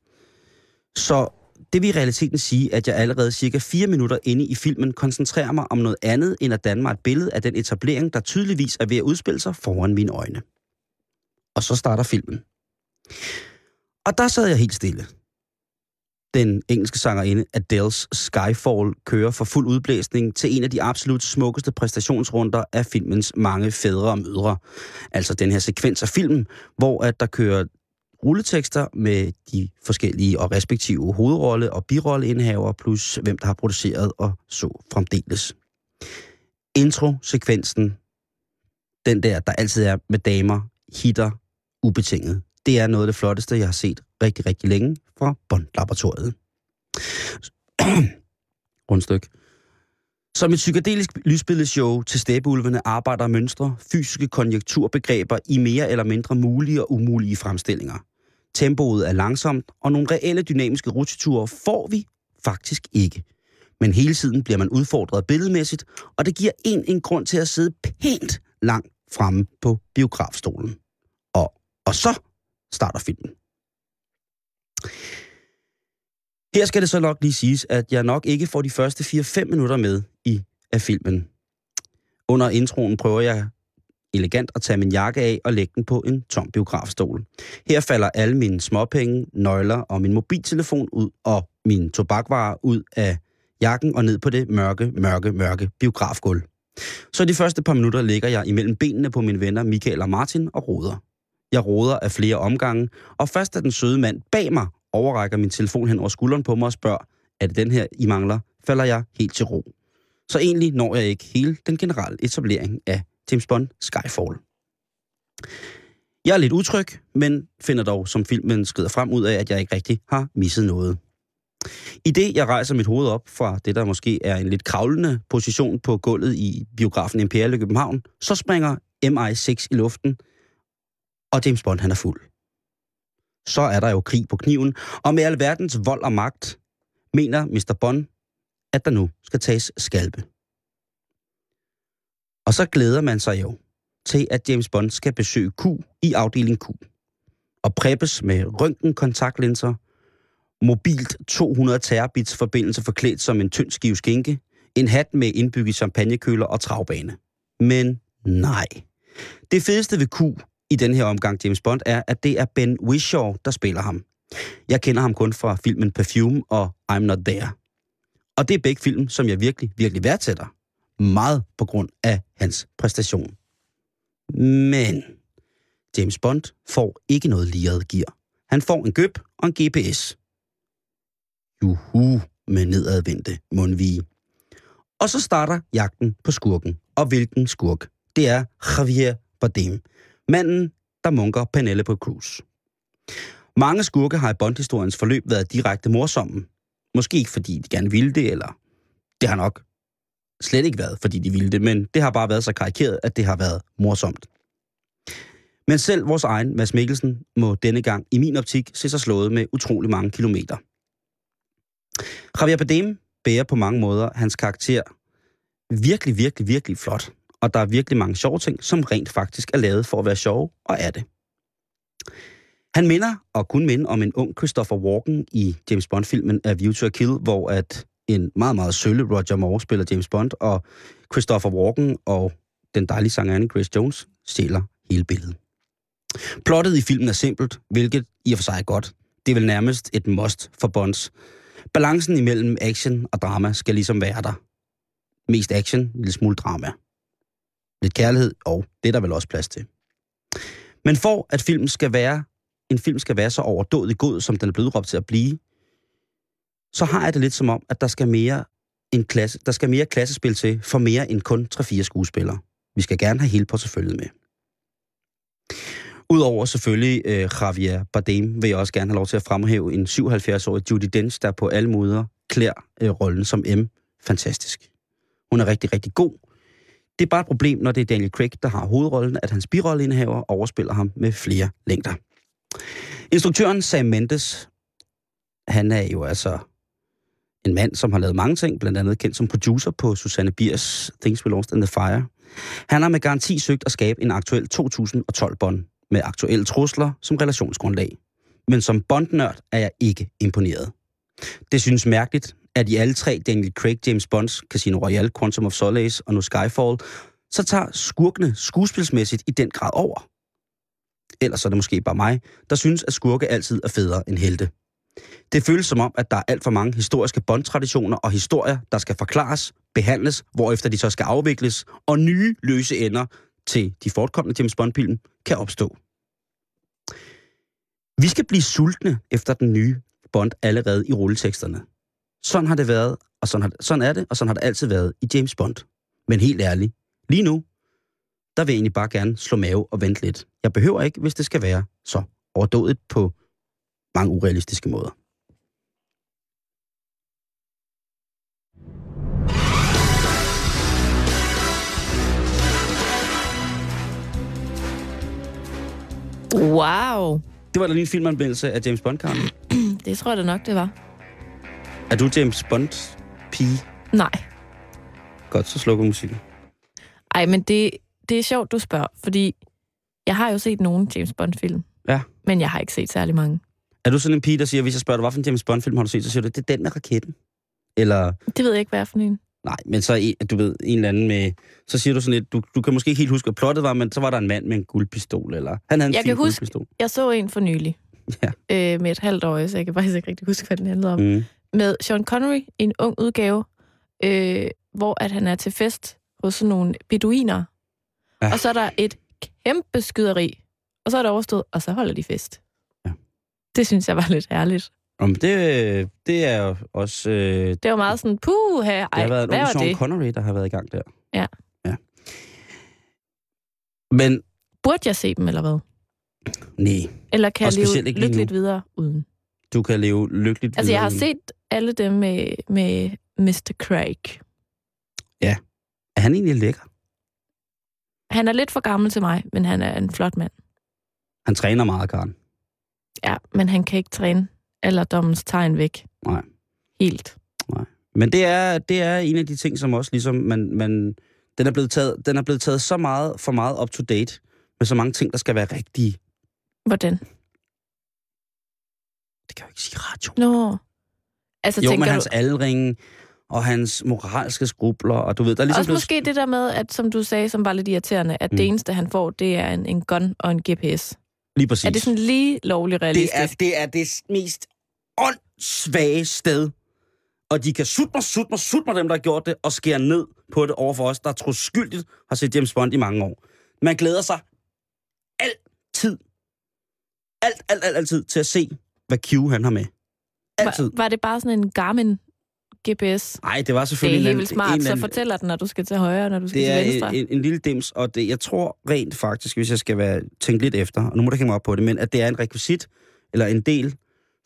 [SPEAKER 3] Så det vil i realiteten sige, at jeg allerede cirka 4 minutter inde i filmen koncentrerer mig om noget andet end at danne mig et billede af den etablering, der tydeligvis er ved at udspille sig foran mine øjne. Og så starter filmen. Og der sad jeg helt stille. Den engelske sangerinde Adele's Skyfall kører for fuld udblæsning til en af de absolut smukkeste præstationsrunder af filmens mange fædre og mødre. Altså den her sekvens af filmen, hvor at der kører rulletekster med de forskellige og respektive hovedrolle- og birolleindehaver, plus hvem der har produceret og så fremdeles. Introsekvensen, den der, der altid er med damer, hitter ubetinget. Det er noget af det flotteste, jeg har set rigtig, rigtig længe fra Bond-laboratoriet. Rundstyk. Som et psykedelisk lysbilledeshow til stæbeulvene arbejder mønstre, fysiske konjunkturbegreber i mere eller mindre mulige og umulige fremstillinger. Tempoet er langsomt, og nogle reelle dynamiske rutsjeture får vi faktisk ikke. Men hele tiden bliver man udfordret billedmæssigt, og det giver en en grund til at sidde pænt langt fremme på biografstolen. Og, og så starter filmen. Her skal det så nok lige siges, at jeg nok ikke får de første 4-5 minutter med i af filmen. Under introen prøver jeg elegant at tage min jakke af og lægge den på en tom biografstol. Her falder alle mine småpenge, nøgler og min mobiltelefon ud og min tobakvarer ud af jakken og ned på det mørke, mørke, mørke biografgulv. Så de første par minutter ligger jeg imellem benene på mine venner Michael og Martin og roder. Jeg roder af flere omgange, og først da den søde mand bag mig overrækker min telefon hen over skulderen på mig og spørger, er det den her, I mangler, falder jeg helt til ro. Så egentlig når jeg ikke hele den generelle etablering af James Bond Skyfall. Jeg er lidt utryg, men finder dog, som filmen skrider frem ud af, at jeg ikke rigtig har misset noget. I det, jeg rejser mit hoved op fra det, der måske er en lidt kravlende position på gulvet i biografen Imperial i København, så springer MI6 i luften, og James Bond han er fuld. Så er der jo krig på kniven, og med alverdens vold og magt, mener Mr. Bond, at der nu skal tages skalpe. Og så glæder man sig jo. til, at James Bond skal besøge Q i afdeling Q og preppes med røntgenkontaktlinser, mobilt 200 terabits forbindelse forklædt som en tynd skive skinke, en hat med indbygget champagnekøler og travbane. Men nej. Det fedeste ved Q i den her omgang James Bond er, at det er Ben Whishaw, der spiller ham. Jeg kender ham kun fra filmen Perfume og I'm Not There. Og det er begge film, som jeg virkelig, virkelig værdsætter. Meget på grund af hans præstation. Men James Bond får ikke noget liret gear. Han får en gøb og en GPS. Juhu med nedadvendte mundvige. Og så starter jagten på skurken. Og hvilken skurk? Det er Javier Bardem. Manden, der munker Penelope Cruz. Mange skurke har i Bond-historiens forløb været direkte morsomme. Måske ikke fordi de gerne ville det, eller det har nok slet ikke været, fordi de ville det, men det har bare været så karikeret, at det har været morsomt. Men selv vores egen Mads Mikkelsen må denne gang i min optik se sig slået med utrolig mange kilometer. Javier Bardem bærer på mange måder hans karakter virkelig, virkelig, virkelig flot. Og der er virkelig mange sjove ting, som rent faktisk er lavet for at være sjove, og er det. Han minder, og kun minde, om en ung Christopher Walken i James Bond-filmen A View to a Kill, hvor at en meget, meget sølle Roger Moore spiller James Bond, og Christopher Walken og den dejlige sangerinde Grace Jones stjæler hele billedet. Plottet i filmen er simpelt, hvilket i og for sig er godt. Det er vel nærmest et must for Bonds. Balancen imellem action og drama skal ligesom være der. Mest action, en lille smule drama. Lidt kærlighed, og det er der vel også plads til. Men for at filmen skal være, en film skal være så overdådig god, som den er blevet udråbt til at blive, så har jeg det lidt som om, at der skal mere, en klasse, der skal mere klassespil til for mere end kun 3-4 skuespillere. Vi skal gerne have hele porteføljen med. Udover selvfølgelig øh, Javier Bardem, vil jeg også gerne have lov til at fremhæve en 77-årig Judy Dench, der på alle måder klæder øh, rollen som M. Fantastisk. Hun er rigtig, rigtig god. Det er bare et problem, når det er Daniel Craig, der har hovedrollen, at hans birolleindehaver overspiller ham med flere længder. Instruktøren Sam Mendes, han er jo altså en mand, som har lavet mange ting, blandt andet kendt som producer på Susanne Biers Things We Lost in the Fire. Han har med garanti søgt at skabe en aktuel 2012-bånd med aktuelle trusler som relationsgrundlag. Men som bondnørd er jeg ikke imponeret. Det synes mærkeligt, at i alle tre Daniel Craig, James Bonds, Casino Royale, Quantum of Solace og nu Skyfall, så tager skurkene skuespilsmæssigt i den grad over. Ellers er det måske bare mig, der synes, at skurke altid er federe end helte. Det føles som om, at der er alt for mange historiske bondtraditioner og historier, der skal forklares, behandles, hvorefter de så skal afvikles, og nye løse ender til de fortkommende James Bond-film kan opstå. Vi skal blive sultne efter den nye Bond allerede i rulleteksterne. Sådan har det været, og sådan, har, sådan er det, og sådan har det altid været i James Bond. Men helt ærligt, lige nu, der vil jeg egentlig bare gerne slå mave og vente lidt. Jeg behøver ikke, hvis det skal være så overdådigt på mange urealistiske måder.
[SPEAKER 2] Wow.
[SPEAKER 3] Det var da lige en filmanmeldelse af James bond -karen.
[SPEAKER 2] Det tror jeg da nok, det var.
[SPEAKER 3] Er du James Bond-pige?
[SPEAKER 2] Nej.
[SPEAKER 3] Godt, så slukker musikken.
[SPEAKER 2] Ej, men det, det er sjovt, du spørger, fordi jeg har jo set nogle James Bond-film.
[SPEAKER 3] Ja.
[SPEAKER 2] Men jeg har ikke set særlig mange.
[SPEAKER 3] Er du sådan en pige, der siger, hvis jeg spørger dig, hvilken James Bond-film har du set, så siger du, det er den med raketten? Eller,
[SPEAKER 2] Det ved jeg ikke, hvad er for en.
[SPEAKER 3] nej, men så en- du ved, en eller anden med... Så siger du sådan lidt, du, du kan måske ikke helt huske, hvad plottet var, men så var der en mand med en guldpistol, eller... Han havde en
[SPEAKER 2] Jeg
[SPEAKER 3] fin
[SPEAKER 2] kan huske-
[SPEAKER 3] guldpistol.
[SPEAKER 2] Jeg så en for nylig.
[SPEAKER 3] Ja.
[SPEAKER 2] Øh, med et halvt øje, så jeg kan faktisk ikke rigtig huske, hvad den handlede om.
[SPEAKER 3] Mm.
[SPEAKER 2] med Sean Connery i en ung udgave, øh, hvor at han er til fest hos sådan nogle beduiner.
[SPEAKER 3] Ja.
[SPEAKER 2] Ja. Og så er der et kæmpe skyderi, og så er det overstået, og så holder de fest.
[SPEAKER 3] Ja.
[SPEAKER 2] Det synes jeg var lidt ærligt.
[SPEAKER 3] Om det, det er jo også... Øh,
[SPEAKER 2] Det var meget sådan, puh, ej,
[SPEAKER 3] Det har været en
[SPEAKER 2] hvad
[SPEAKER 3] ung
[SPEAKER 2] var
[SPEAKER 3] Sean
[SPEAKER 2] det?
[SPEAKER 3] Connery, der har været i gang der.
[SPEAKER 2] Ja.
[SPEAKER 3] ja. Men,
[SPEAKER 2] Burde jeg se dem, eller hvad?
[SPEAKER 3] nej,
[SPEAKER 2] Eller kan
[SPEAKER 3] Og
[SPEAKER 2] jeg
[SPEAKER 3] specielt
[SPEAKER 2] leve
[SPEAKER 3] ikke lige nu.
[SPEAKER 2] lykkeligt videre uden?
[SPEAKER 3] du kan leve lykkeligt
[SPEAKER 2] Altså, jeg har
[SPEAKER 3] videre.
[SPEAKER 2] set alle dem med, med Mr. Craig.
[SPEAKER 3] Er han egentlig lækker?
[SPEAKER 2] Han er lidt for gammel til mig, men han er en flot mand.
[SPEAKER 3] Han træner meget, Karen.
[SPEAKER 2] Ja, men han kan ikke træne alderdommens tegn væk.
[SPEAKER 3] Nej.
[SPEAKER 2] Helt.
[SPEAKER 3] Men det er, det er en af de ting, som også ligesom man... man Den er blevet taget, den er blevet taget så meget for meget up to date med så mange ting, der skal være rigtige.
[SPEAKER 2] Hvordan?
[SPEAKER 3] Det kan jeg jo ikke sige i radio.
[SPEAKER 2] Nå. Altså,
[SPEAKER 3] jo,
[SPEAKER 2] tænker
[SPEAKER 3] men
[SPEAKER 2] du...
[SPEAKER 3] hans aldring og hans moralske skrubler, og du ved, der er ligesom
[SPEAKER 2] Også
[SPEAKER 3] blevet...
[SPEAKER 2] måske det der med, at som du sagde, som var lidt irriterende, at mm. det
[SPEAKER 3] Mm.
[SPEAKER 2] eneste, han får, det er en, en gun og en GPS.
[SPEAKER 3] Lige præcis.
[SPEAKER 2] Er det sådan lige lovligt
[SPEAKER 3] det,
[SPEAKER 2] realistisk?
[SPEAKER 3] er, det er det mest åndssvage sted. Og de kan sutte mig, sutte mig, sutte mig dem, der har gjort det, og skære ned på det over for os, der troskyldigt har set James Bond i mange år. Man glæder sig altid, alt, alt, alt, altid til at se, hvad Q han har med. Altid.
[SPEAKER 2] Var, var det bare sådan en Garmin GPS?
[SPEAKER 3] Nej, det var
[SPEAKER 2] Det er
[SPEAKER 3] selvfølgelig
[SPEAKER 2] helt
[SPEAKER 3] en
[SPEAKER 2] vildt
[SPEAKER 3] eller
[SPEAKER 2] smart,
[SPEAKER 3] anden- en
[SPEAKER 2] så
[SPEAKER 3] eller anden-
[SPEAKER 2] fortæller den, når du skal til højre, når du skal
[SPEAKER 3] Det
[SPEAKER 2] til
[SPEAKER 3] er
[SPEAKER 2] venstre.
[SPEAKER 3] en, en, en lille dims, og det, jeg tror rent faktisk, hvis jeg skal være tænkt lidt efter, og nu må du hænge mig op på det, men at det er en rekvisit, eller en del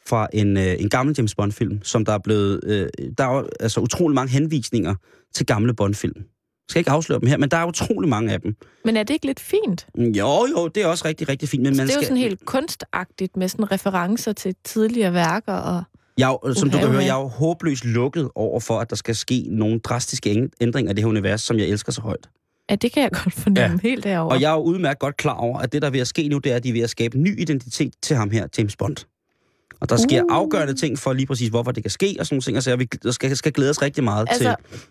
[SPEAKER 3] fra en, øh, en gammel James Bond-film, som der er blevet... Øh, der er jo altså utrolig mange henvisninger til gamle Bond-film. Jeg skal ikke afsløre dem her, men der er utrolig mange af dem. Mm,
[SPEAKER 2] Men er det ikke lidt fint?
[SPEAKER 3] Jo, jo, det er også rigtig, rigtig fint, men
[SPEAKER 2] Så
[SPEAKER 3] man
[SPEAKER 2] det er jo
[SPEAKER 3] skal...
[SPEAKER 2] sådan helt kunstagtigt med sådan referencer til tidligere værker. Og...
[SPEAKER 3] Jeg, er jo- som du
[SPEAKER 2] Uha,
[SPEAKER 3] kan høre,
[SPEAKER 2] uha.
[SPEAKER 3] jeg er jo håbløst lukket over for, at der skal ske nogle drastiske æng- ændringer i det her univers, som jeg elsker så højt.
[SPEAKER 2] Ja, det kan jeg godt fornemme ja. helt
[SPEAKER 3] Og
[SPEAKER 2] derovre. Jeg...
[SPEAKER 3] jeg er jo udmærket godt klar over, at det, der er ved at ske nu, det er, at de er ved at skabe en ny identitet til ham her, James Bond. Og der sker
[SPEAKER 2] Uh.
[SPEAKER 3] uh. afgørende ting for lige præcis, hvorfor det kan ske, og sådan nogle ting, og så vi der skal, skal glæde os rigtig meget
[SPEAKER 2] Altså,
[SPEAKER 3] altså, til.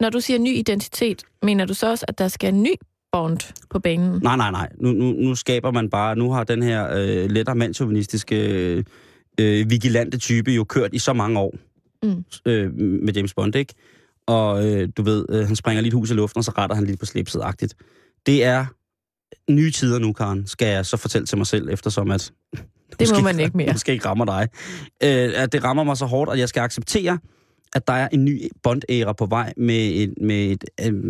[SPEAKER 2] Når du siger ny identitet, mener du så også, at der skal en ny Bond på banen?
[SPEAKER 3] Nej, nej, nej. Nu, nu, nu skaber man bare... Nu har den her øh, lettere mandsjuvenistiske, øh, øh, vigilante type jo kørt i så mange år
[SPEAKER 2] Mm.
[SPEAKER 3] mm. øh, med James Bond, ikke? Og øh, du ved, øh, han springer lige et hus i luften, og så retter han lige på slipset-agtigt. Det er nye tider nu, Karen, skal jeg så fortælle til mig selv, eftersom at
[SPEAKER 2] Det må
[SPEAKER 3] måske-
[SPEAKER 2] man ikke mere.
[SPEAKER 3] måske ikke rammer dig. Øh, at det rammer mig så hårdt, at jeg skal acceptere, at der er en ny bondæra på vej med et, med et øh,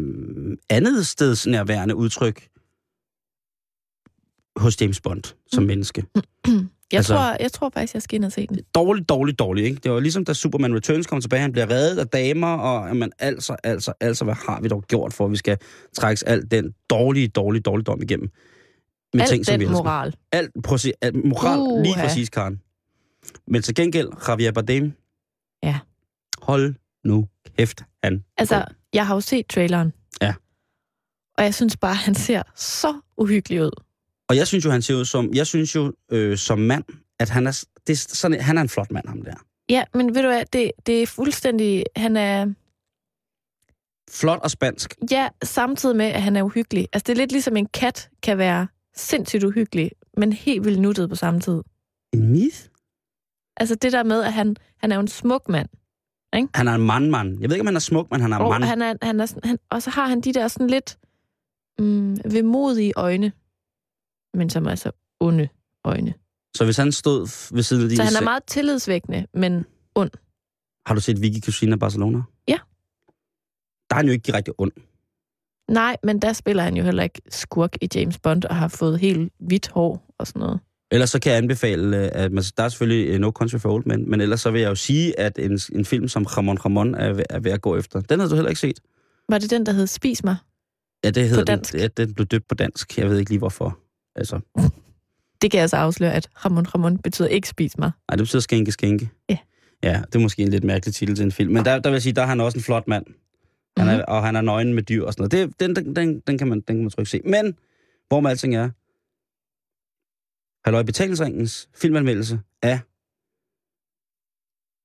[SPEAKER 3] andet steds nærværende udtryk hos James Bond som
[SPEAKER 2] Mm.
[SPEAKER 3] menneske.
[SPEAKER 2] Jeg, altså...
[SPEAKER 3] altså-
[SPEAKER 2] tror, jeg tror faktisk, jeg skal ind og se den.
[SPEAKER 3] Dårligt, dårligt, dårligt, ikke? Det var ligesom, da Superman Returns kom tilbage, han bliver reddet af damer, og jamen, altså, altså, altså, hvad har vi dog gjort for, at vi skal trække al den dårlige, dårlige, dårligdom igennem? Med
[SPEAKER 2] Al
[SPEAKER 3] ting, som vi
[SPEAKER 2] den
[SPEAKER 3] elsker.
[SPEAKER 2] moral.
[SPEAKER 3] Alt, præcis, alt moral, uh, lige
[SPEAKER 2] Uha.
[SPEAKER 3] præcis, Karen. Men til gengæld, Javier Bardem.
[SPEAKER 2] Ja.
[SPEAKER 3] Hold nu kæft, han.
[SPEAKER 2] Altså, jeg har jo set traileren.
[SPEAKER 3] Ja.
[SPEAKER 2] Og jeg synes bare, han ser så uhyggelig ud.
[SPEAKER 3] Og jeg synes jo, han ser ud som, jeg synes jo, øh, som mand, at han er, s- det er sådan, han er en flot mand, ham der.
[SPEAKER 2] Ja, men ved du hvad, det, det er fuldstændig... Han er...
[SPEAKER 3] Flot og spansk.
[SPEAKER 2] Ja, samtidig med, at han er uhyggelig. Altså, det er lidt ligesom en kat kan være sindssygt uhyggelig, men helt vildt nuttet på samme tid.
[SPEAKER 3] En myth?
[SPEAKER 2] Altså, det der med, at han, han er jo en smuk mand.
[SPEAKER 3] Han er en mandmand. Jeg ved ikke, om han er smuk, men han er
[SPEAKER 2] Og,
[SPEAKER 3] mand.
[SPEAKER 2] han er, han er sådan, han, og så har han de der sådan lidt mm, vemodige øjne, men som er så onde øjne.
[SPEAKER 3] Så hvis han stod f- ved siden af din
[SPEAKER 2] Så han er
[SPEAKER 3] seng-
[SPEAKER 2] meget tillidsvækkende, men
[SPEAKER 3] Har du set Vicky Cusina Barcelona?
[SPEAKER 2] Ja.
[SPEAKER 3] Der er han jo ikke direkte ond.
[SPEAKER 2] Nej, men der spiller han jo heller ikke skurk i James Bond og har fået helt hvidt hår og sådan noget.
[SPEAKER 3] Ellers så kan jeg anbefale, øh, at man, der er selvfølgelig øh, No Country for Old Men, men ellers så vil jeg jo sige, at en, en film som Ramon Ramon er, ved- er ved at gå efter. Den havde du heller ikke set.
[SPEAKER 2] Var det den, der hed Spis mig?
[SPEAKER 3] Ja, det hedder
[SPEAKER 2] dansk.
[SPEAKER 3] Den, ja, den blev døbt på dansk. Jeg ved ikke lige hvorfor. Altså,
[SPEAKER 2] Det kan jeg så afsløre, at Ramon Ramon betyder ikke spis mig.
[SPEAKER 3] nej, det betyder skænke, skænke.
[SPEAKER 2] Ja.
[SPEAKER 3] Ja, det er måske en lidt mærkelig titel til en film. Men der, der vil jeg sige, der er han også en flot mand. Han er, Og han er nøgen med dyr og sådan noget. Det, den, den, den, den, kan man, den kan man trygt se. Men, hvor med alting er, Halløj Betalingsringens filmanmeldelse af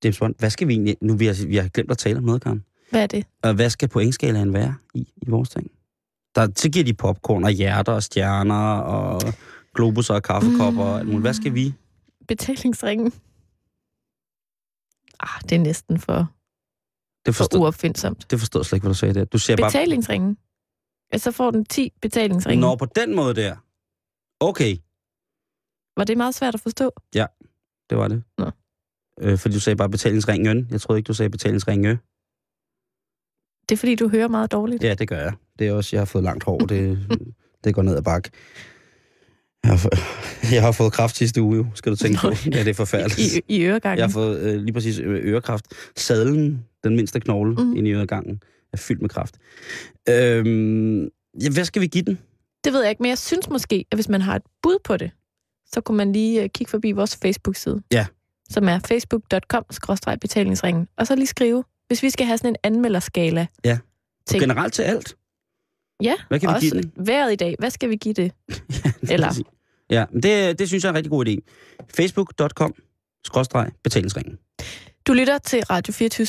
[SPEAKER 3] James Bond. Hvad skal vi egentlig... Nu vi har, vi har glemt at tale om noget, Karen.
[SPEAKER 2] Hvad er det?
[SPEAKER 3] Og hvad skal pointskalaen være i, i vores ting? Der, så giver de popcorn og hjerter og stjerner og globusser og kaffekopper og alt muligt. Hvad skal vi?
[SPEAKER 2] Betalingsringen? Ah, det er næsten for,
[SPEAKER 3] Det
[SPEAKER 2] for
[SPEAKER 3] forstod,
[SPEAKER 2] uopfindsomt.
[SPEAKER 3] det forstod jeg slet ikke, hvad du sagde der. Du ser bare...
[SPEAKER 2] Betalingsringen? Ja, så får den 10 betalingsringe.
[SPEAKER 3] Nå, på den måde der. Okay,
[SPEAKER 2] Var det meget svært at forstå?
[SPEAKER 3] det var det.
[SPEAKER 2] Nå.
[SPEAKER 3] Øh, fordi du sagde bare betalingsringen. Jeg troede ikke, du sagde betalingsringe.
[SPEAKER 2] Det er fordi, du hører meget dårligt.
[SPEAKER 3] Ja, det gør jeg. Det er også, jeg har fået langt hår. Det, det går ned ad bakke. Jeg har, fået- jeg har fået kraft sidste uge, jo, skal du tænke på.
[SPEAKER 2] Nå.
[SPEAKER 3] Ja, det er forfærdeligt.
[SPEAKER 2] I, i øregangen.
[SPEAKER 3] altså, Jeg har fået øh, lige præcis ø- ørekraft. Sadlen, den mindste knogle
[SPEAKER 2] Mhm.
[SPEAKER 3] mm. inde i øregangen, er fyldt med kraft. Øhm, ja, hvad skal vi give den?
[SPEAKER 2] Det ved jeg ikke, men jeg synes måske, at hvis man har et bud på det, så kunne man lige øh, kigge forbi vores Facebook-side.
[SPEAKER 3] Ja.
[SPEAKER 2] Som er facebook.com-betalingsringen. Og så lige skrive, hvis vi skal have sådan en anmelderskala.
[SPEAKER 3] Ja.
[SPEAKER 2] Ting.
[SPEAKER 3] Generelt til alt.
[SPEAKER 2] Ja,
[SPEAKER 3] Hvad kan vi
[SPEAKER 2] også
[SPEAKER 3] give den?
[SPEAKER 2] vejret i dag. Hvad skal vi give det? Eller-
[SPEAKER 3] Ja, men det, det synes jeg er en rigtig god idé. Facebook.com skråstreg betalingsringen.
[SPEAKER 2] Du lytter til Radio 24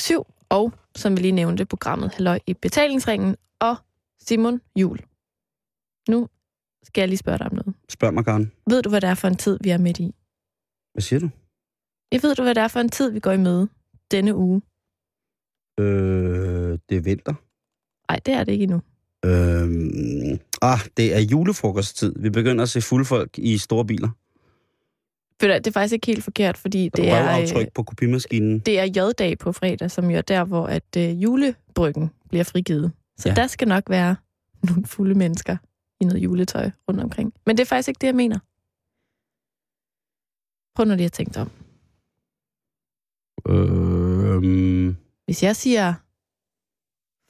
[SPEAKER 2] og, som vi lige nævnte, programmet Halløj i betalingsringen og Simon Jul. Nu skal jeg lige spørge dig om noget.
[SPEAKER 3] Spørg mig, Karen.
[SPEAKER 2] Ved du, hvad det er for en tid, vi er midt i?
[SPEAKER 3] Hvad siger du?
[SPEAKER 2] Jeg ved du, hvad det er for en tid, vi går i møde denne uge?
[SPEAKER 3] Øh, det er vinter.
[SPEAKER 2] Nej, det er det ikke endnu.
[SPEAKER 3] Øh, ah, det er julefrokosttid. Vi begynder at se fulde folk i store biler.
[SPEAKER 2] Ved du hvad, Det er faktisk ikke helt forkert, fordi
[SPEAKER 3] Det
[SPEAKER 2] det
[SPEAKER 3] er
[SPEAKER 2] er, øh,
[SPEAKER 3] aftryk på kopimaskinen.
[SPEAKER 2] det er J-dag på fredag, som jo er der, hvor at øh, julebryggen bliver frigivet. Så ja.
[SPEAKER 3] Ja.
[SPEAKER 2] der skal nok være nogle fulde mennesker i noget juletøj rundt omkring. Men det er faktisk ikke det, jeg mener. Prøv nu lige at tænke dig om. Mm.
[SPEAKER 3] Øh, um,
[SPEAKER 2] Hvis jeg siger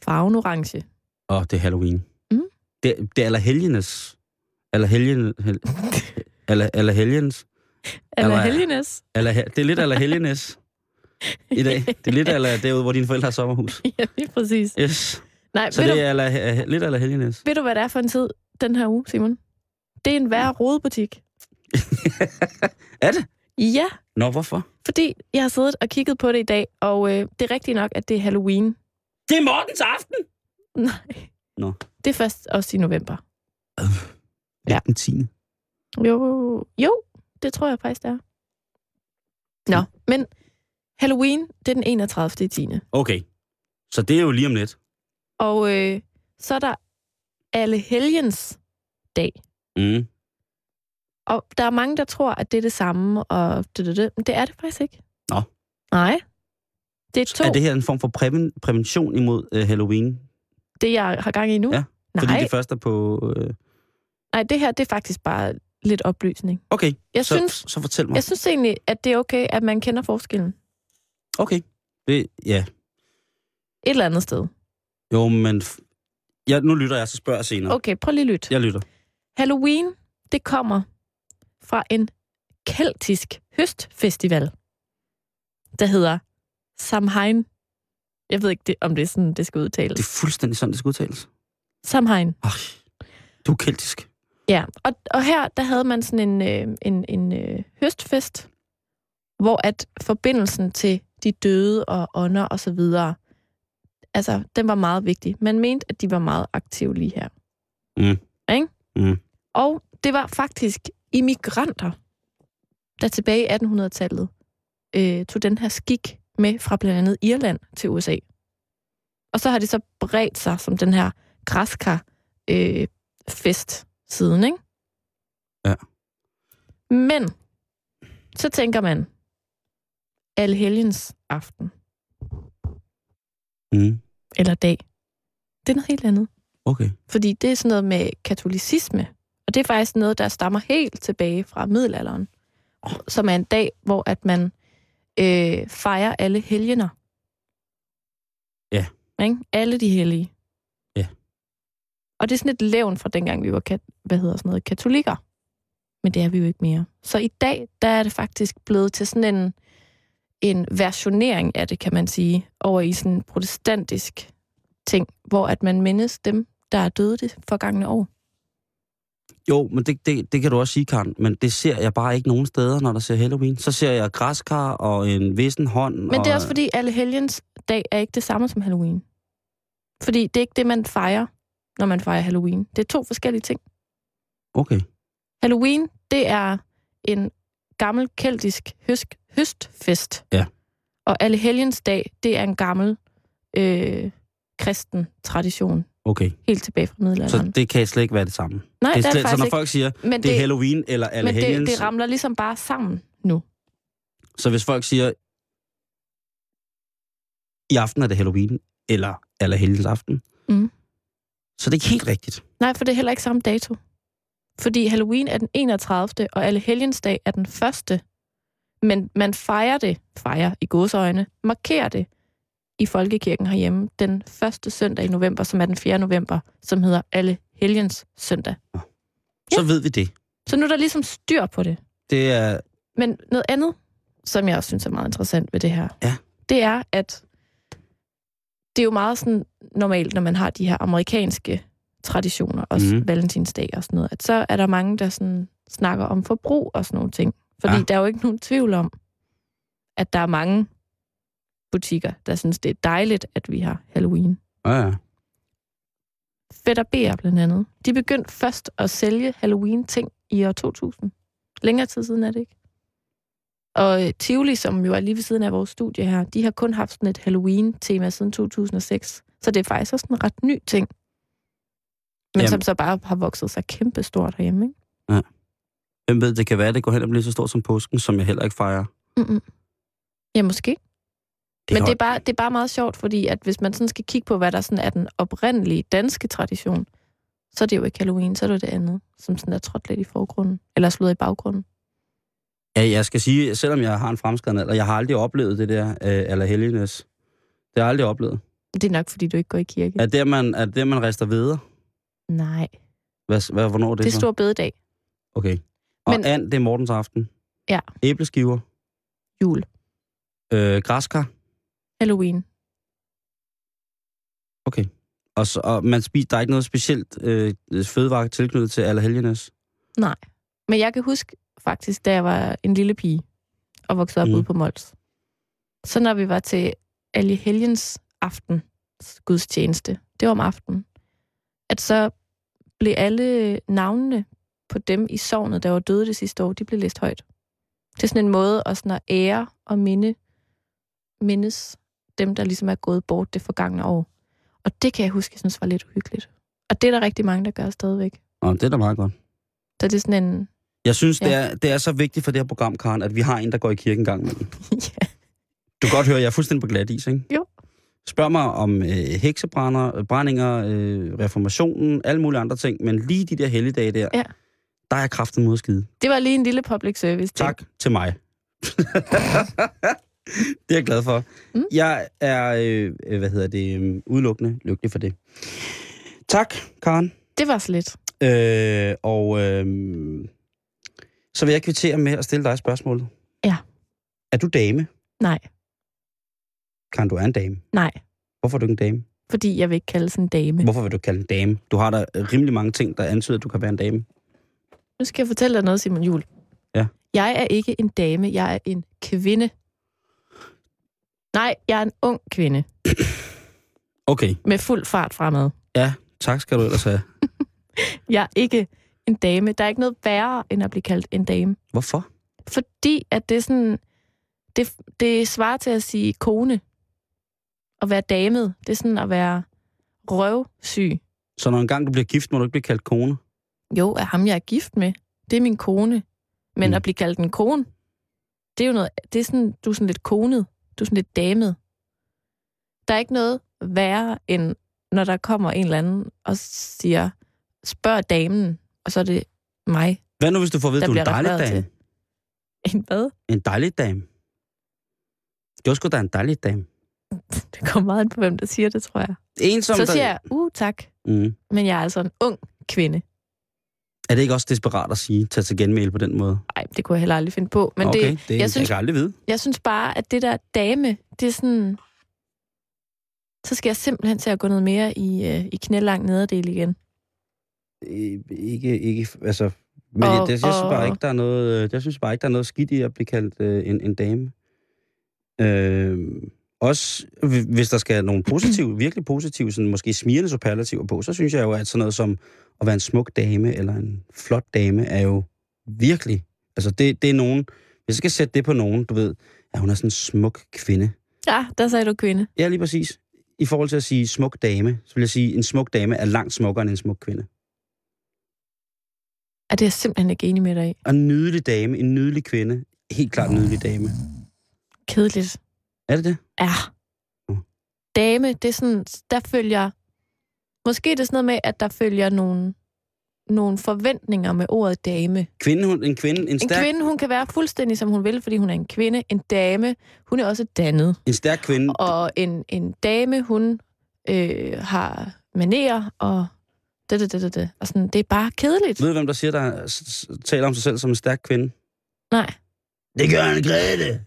[SPEAKER 2] farven orange,
[SPEAKER 3] og det er Halloween.
[SPEAKER 2] Mm.
[SPEAKER 3] Det, det er allerhelgenes. Allerhelgen, hel, aller, allerhelgens.
[SPEAKER 2] eller
[SPEAKER 3] Eller-
[SPEAKER 2] helgenes,
[SPEAKER 3] Aller, det er lidt allerhelgenes i dag. Det er lidt aller derude, hvor dine forældre har sommerhus.
[SPEAKER 2] ja, lige præcis.
[SPEAKER 3] Yes.
[SPEAKER 2] Nej,
[SPEAKER 3] Så
[SPEAKER 2] ved,
[SPEAKER 3] det
[SPEAKER 2] du,
[SPEAKER 3] er aller, lidt allerhelgenes.
[SPEAKER 2] ved du, hvad det er for en tid den her uge, Simon? Det er en værre rodebutik.
[SPEAKER 3] Er det?
[SPEAKER 2] Ja,
[SPEAKER 3] Nå, hvorfor?
[SPEAKER 2] fordi jeg har siddet og kigget på det i dag, og øh, det er rigtigt nok, at det er Halloween.
[SPEAKER 3] Det er Mortens aften!
[SPEAKER 2] Nej.
[SPEAKER 3] Nå.
[SPEAKER 2] Det er først også i november.
[SPEAKER 3] Ja.
[SPEAKER 2] Ja.
[SPEAKER 3] Den 10.
[SPEAKER 2] Jo, jo, det tror jeg faktisk, det er. Nå, men Halloween, det er den 31. i 10.
[SPEAKER 3] Okay. Så det er jo lige om lidt.
[SPEAKER 2] Og øh, så er der alle helgens dag.
[SPEAKER 3] Mm.
[SPEAKER 2] Og der er mange, der tror, at det er det samme, og det, det, det. Men det er det faktisk ikke.
[SPEAKER 3] Nå.
[SPEAKER 2] Nej. Det er to,
[SPEAKER 3] Er
[SPEAKER 2] det...
[SPEAKER 3] det her en form for præven, prævention imod øh, Halloween?
[SPEAKER 2] det jeg har gang i nu.
[SPEAKER 3] Ja,
[SPEAKER 2] nej,
[SPEAKER 3] Fordi det første er på... Øh...
[SPEAKER 2] nej, det her det er faktisk bare lidt oplysning.
[SPEAKER 3] Okay,
[SPEAKER 2] Jeg,
[SPEAKER 3] så,
[SPEAKER 2] så... synes,
[SPEAKER 3] så fortæl mig.
[SPEAKER 2] jeg synes egentlig, at det er okay, at man kender forskellen
[SPEAKER 3] Okay. Det, ja.
[SPEAKER 2] et eller andet sted.
[SPEAKER 3] Jo, men... F... Ja, nu lytter jeg, så spørger jeg senere.
[SPEAKER 2] Okay, prøv lige at lytte.
[SPEAKER 3] Jeg lytter.
[SPEAKER 2] Halloween, det kommer fra en keltisk høstfestival, der hedder Samhain. Jeg ved ikke, det, om det er sådan, det skal udtales.
[SPEAKER 3] Det er fuldstændig sådan, det skal udtales.
[SPEAKER 2] Samhain.
[SPEAKER 3] Ej, du er keltisk.
[SPEAKER 2] Ja, og, og her der havde man sådan en, øh, en, en øh, høstfest, hvor at forbindelsen til de døde og ånder og så videre, altså, den var meget vigtig. Man mente, at de var meget aktive lige her.
[SPEAKER 3] Mm.
[SPEAKER 2] Ikke?
[SPEAKER 3] Mm.
[SPEAKER 2] Og det var faktisk immigranter, der tilbage i 1800-tallet øh, tog den her skik med fra blandt andet Irland til USA. Og så har det så bredt sig som den her græskar øh, fest siden, ikke?
[SPEAKER 3] Ja.
[SPEAKER 2] Men, så tænker man, Alhelgens aften,
[SPEAKER 3] Mm.
[SPEAKER 2] eller dag, det er noget helt andet.
[SPEAKER 3] Okay.
[SPEAKER 2] Fordi det er sådan noget med katolicisme, og det er faktisk noget, der stammer helt tilbage fra middelalderen, som er en dag, hvor at man øh, fejrer alle helgener.
[SPEAKER 3] Ja.
[SPEAKER 2] Ikke? Alle de hellige.
[SPEAKER 3] Ja.
[SPEAKER 2] Og det er sådan et levn fra dengang, vi var kat- hvad hedder sådan noget, katolikker. Men det er vi jo ikke mere. Så i dag, der er det faktisk blevet til sådan en, en versionering af det, kan man sige, over i sådan en protestantisk ting, hvor at man mindes dem, der er døde det forgangne år.
[SPEAKER 3] Jo, men det, det, det kan du også sige, Karen, men det ser jeg bare ikke nogen steder, når der ser Halloween. Så ser jeg græskar og en vissen hånd.
[SPEAKER 2] Men
[SPEAKER 3] og,
[SPEAKER 2] det er også fordi, alle helgens dag er ikke det samme som Halloween. Fordi det er ikke det, man fejrer, når man fejrer Halloween. Det er to forskellige ting.
[SPEAKER 3] Okay.
[SPEAKER 2] Halloween, det er en gammel keltisk høsk, høstfest.
[SPEAKER 3] Ja.
[SPEAKER 2] Og alle helgens dag, det er en gammel øh, kristen tradition,
[SPEAKER 3] Okay,
[SPEAKER 2] helt tilbage fra
[SPEAKER 3] så
[SPEAKER 2] middelalderen.
[SPEAKER 3] det kan slet ikke være det samme.
[SPEAKER 2] Nej,
[SPEAKER 3] det er slet, så
[SPEAKER 2] faktisk
[SPEAKER 3] når
[SPEAKER 2] ikke.
[SPEAKER 3] folk siger,
[SPEAKER 2] Men
[SPEAKER 3] det, det er Halloween eller
[SPEAKER 2] men det,
[SPEAKER 3] Allehelgens,
[SPEAKER 2] det ramler ligesom bare sammen nu.
[SPEAKER 3] så hvis folk siger, i aften er det Halloween eller Allehelgens aften,
[SPEAKER 2] Mm.
[SPEAKER 3] så det er ikke helt rigtigt.
[SPEAKER 2] Nej, for det er heller ikke samme dato. Fordi Halloween er den 31. og alle helgensdag er den første. Men man fejrer det, fejrer i godsøjne, markerer det i folkekirken herhjemme den første søndag i november, som er den 4. november, som hedder alle helgens søndag.
[SPEAKER 3] Så ved vi det.
[SPEAKER 2] Så nu er der ligesom styr på det.
[SPEAKER 3] Det er
[SPEAKER 2] Men noget andet, som jeg også synes er meget interessant ved det her,
[SPEAKER 3] Ja.
[SPEAKER 2] det er, at det er jo meget sådan normalt, når man har de her amerikanske traditioner, også
[SPEAKER 3] Mhm.
[SPEAKER 2] mm. valentinsdag og sådan noget, at så er der mange, der sådan snakker om forbrug og sådan nogle ting. Fordi
[SPEAKER 3] Ja.
[SPEAKER 2] ja. der er jo ikke nogen tvivl om, at der er mange butikker, der synes, det er dejligt, at vi har Halloween.
[SPEAKER 3] Ja, ja.
[SPEAKER 2] Fætter B'er blandt andet. De begyndte først at sælge Halloween-ting i år 2000. Længere tid siden er det ikke. Og øh, Tivoli, som jo er lige ved siden af vores studie her, de har kun haft sådan et Halloween-tema siden 2006. Så det er faktisk også en ret ny ting. Men
[SPEAKER 3] Jamen.
[SPEAKER 2] Jamen. som så bare har vokset sig kæmpestort herhjemme, ikke?
[SPEAKER 3] Hvem ved, det kan være, at det går hen og bliver så stort som påsken, som jeg heller ikke fejrer.
[SPEAKER 2] Mm-mm. Ja, måske. Det Men
[SPEAKER 3] kan-
[SPEAKER 2] det er, bare, det er bare meget sjovt, fordi at hvis man sådan skal kigge på, hvad der sådan er den oprindelige danske tradition, så er det jo ikke Halloween, så er det jo det andet, som sådan er trådt lidt i forgrunden, eller slået i baggrunden.
[SPEAKER 3] Ja, jeg skal sige, selvom jeg har en fremskreden alder, jeg har aldrig oplevet det der øh, eller helgenes. Det har jeg aldrig oplevet.
[SPEAKER 2] Det er nok, fordi du ikke går i kirke.
[SPEAKER 3] Er det, at man, er det, at man rester videre?
[SPEAKER 2] Nej,
[SPEAKER 3] Hvad, hvad, hvornår er det,
[SPEAKER 2] det er
[SPEAKER 3] så?
[SPEAKER 2] stor bededag,
[SPEAKER 3] Okay. Og Men...
[SPEAKER 2] Men-
[SPEAKER 3] and, det er Mortens aften.
[SPEAKER 2] Ja.
[SPEAKER 3] Æbleskiver.
[SPEAKER 2] jul,
[SPEAKER 3] Øh, græskar.
[SPEAKER 2] Halloween.
[SPEAKER 3] Okay. Og, så, og man spiser, der er ikke noget specielt øh, fødevare tilknyttet til allerhelgenes.
[SPEAKER 2] Men jeg kan huske faktisk, da jeg var en lille pige og voksede op
[SPEAKER 3] Mm.
[SPEAKER 2] mm. ude på Mols. Så når vi var til Alle Helgens aften, gudstjeneste, det var om aftenen, at så blev alle navnene på dem i sovnet, der var døde det sidste år, de blev læst højt. Det er sådan en måde at, sådan at ære og minde, mindes dem, der ligesom er gået bort det forgangne år. Og det kan jeg huske, jeg synes var lidt uhyggeligt. Og det er der rigtig mange, der gør stadigvæk.
[SPEAKER 3] Nå, det er da meget godt.
[SPEAKER 2] Så det er sådan en...
[SPEAKER 3] Jeg synes, ja. det,
[SPEAKER 2] Ja.
[SPEAKER 3] er, det er så vigtigt for det her program, Karen, at vi har en, der går i kirken gang imellem.
[SPEAKER 2] ja,
[SPEAKER 3] Du kan godt høre, jeg er fuldstændig på glat is, ikke?
[SPEAKER 2] Jo.
[SPEAKER 3] Spørg mig om øh, heksebrænder, øh, brændinger, øh, reformationen, alle mulige andre ting, men lige de der helligdage der,
[SPEAKER 2] Ja.
[SPEAKER 3] der er kraften mod at skide.
[SPEAKER 2] Det var lige en lille public service. ting.
[SPEAKER 3] Tak til mig. det er jeg glad for. Mm.
[SPEAKER 2] Mm.
[SPEAKER 3] Jeg er, øh, øh, hvad hedder det, øh, udelukkende lykkelig for det. Tak, Karen.
[SPEAKER 2] Det var så lidt.
[SPEAKER 3] Øh, og øh, så vil jeg kvittere med at stille dig spørgsmålet.
[SPEAKER 2] Ja.
[SPEAKER 3] Er du dame?
[SPEAKER 2] Nej,
[SPEAKER 3] Karen, du er en dame.
[SPEAKER 2] nej.
[SPEAKER 3] Hvorfor er du ikke en dame?
[SPEAKER 2] Fordi jeg vil ikke kaldes en dame.
[SPEAKER 3] Hvorfor vil du kalde en dame? Du har der rimelig mange ting, der antyder, at du kan være en dame.
[SPEAKER 2] Nu skal jeg fortælle dig noget, Simon Jul.
[SPEAKER 3] Ja.
[SPEAKER 2] Jeg er ikke en dame, jeg er en kvinde. Nej, jeg er en ung kvinde
[SPEAKER 3] Okay,
[SPEAKER 2] med fuld fart fremad.
[SPEAKER 3] tak skal du ellers have.
[SPEAKER 2] Jeg er ikke en dame. Der er ikke noget værre, end at blive kaldt en dame.
[SPEAKER 3] Hvorfor?
[SPEAKER 2] Fordi at det er sådan... Det, det svarer til at sige kone. At være damet, det er sådan at være røvsyg.
[SPEAKER 3] Så når engang du bliver gift, må du ikke blive kaldt kone.
[SPEAKER 2] Jo, af ham, jeg er gift med. Det er min kone. Men
[SPEAKER 3] Mm.
[SPEAKER 2] mm. at blive kaldt en kone, det er jo noget... Det er sådan, du er sådan lidt konet. Du er sådan lidt damet. Der er ikke noget værre, end når der kommer en eller anden og siger, spørg damen, og så er det mig.
[SPEAKER 3] Hvad nu, hvis du får at vide, at
[SPEAKER 2] Der
[SPEAKER 3] du er en
[SPEAKER 2] bliver
[SPEAKER 3] dejlig
[SPEAKER 2] refereret
[SPEAKER 3] dame?
[SPEAKER 2] til. En hvad?
[SPEAKER 3] En dejlig dame. Det var sgu da en dejlig dame.
[SPEAKER 2] Det kommer meget an på, hvem der siger det, tror jeg.
[SPEAKER 3] En, som
[SPEAKER 2] Som så
[SPEAKER 3] der...
[SPEAKER 2] siger jeg, uh, tak.
[SPEAKER 3] Mm.
[SPEAKER 2] Men jeg er altså en ung kvinde.
[SPEAKER 3] Er det ikke også desperat at sige, tage til genmæle på den måde?
[SPEAKER 2] Nej, det kunne jeg heller aldrig finde på. Men
[SPEAKER 3] okay,
[SPEAKER 2] det,
[SPEAKER 3] det
[SPEAKER 2] jeg synes-
[SPEAKER 3] jeg kan aldrig vide.
[SPEAKER 2] jeg synes bare, at det der dame, det er sådan... Så skal jeg simpelthen til at gå noget mere i, øh, i knælang nederdel igen.
[SPEAKER 3] Øh, Ikke, ikke, altså... Men
[SPEAKER 2] Og-
[SPEAKER 3] og, det, jeg, synes bare
[SPEAKER 2] og-
[SPEAKER 3] ikke, der er noget, øh, jeg synes bare ikke, der er noget skidt i at blive kaldt øh, en, en dame. Øh, også hvi- hvis der skal nogle positive, virkelig positive, sådan måske smirende superlativer på, så synes jeg jo, at sådan noget som at være en smuk dame eller en flot dame er jo virkelig... Altså det, det er nogen... Hvis jeg skal sætte det på nogen, du ved, at hun er sådan en smuk kvinde.
[SPEAKER 2] Ja, der sagde du kvinde.
[SPEAKER 3] Ja, lige præcis. I forhold til at sige smuk dame, så vil jeg sige, at en smuk dame er langt smukkere end en smuk kvinde.
[SPEAKER 2] Ja, det er jeg simpelthen ikke enig med dig i.
[SPEAKER 3] Og en nydelig dame, en nydelig kvinde, helt klart en nydelig dame.
[SPEAKER 2] Kedeligt.
[SPEAKER 3] Er det det?
[SPEAKER 2] Ja.
[SPEAKER 3] Mm.
[SPEAKER 2] Dame, det er sådan, der følger... Måske er det sådan noget med, at der følger nogle, nogle forventninger med ordet dame.
[SPEAKER 3] Kvinde, hun, en kvinde, en,
[SPEAKER 2] En
[SPEAKER 3] stærk,
[SPEAKER 2] kvinde, hun kan være fuldstændig, som hun vil, fordi hun er en kvinde. En dame, hun er også dannet.
[SPEAKER 3] en stærk kvinde,
[SPEAKER 2] og en, en dame, hun øh, har manerer, og det, det, det, det, det. Og sådan, det er bare kedeligt.
[SPEAKER 3] ved du, hvem der siger, der s- s- taler om sig selv som en stærk kvinde?
[SPEAKER 2] Nej.
[SPEAKER 3] Det gør en Grete!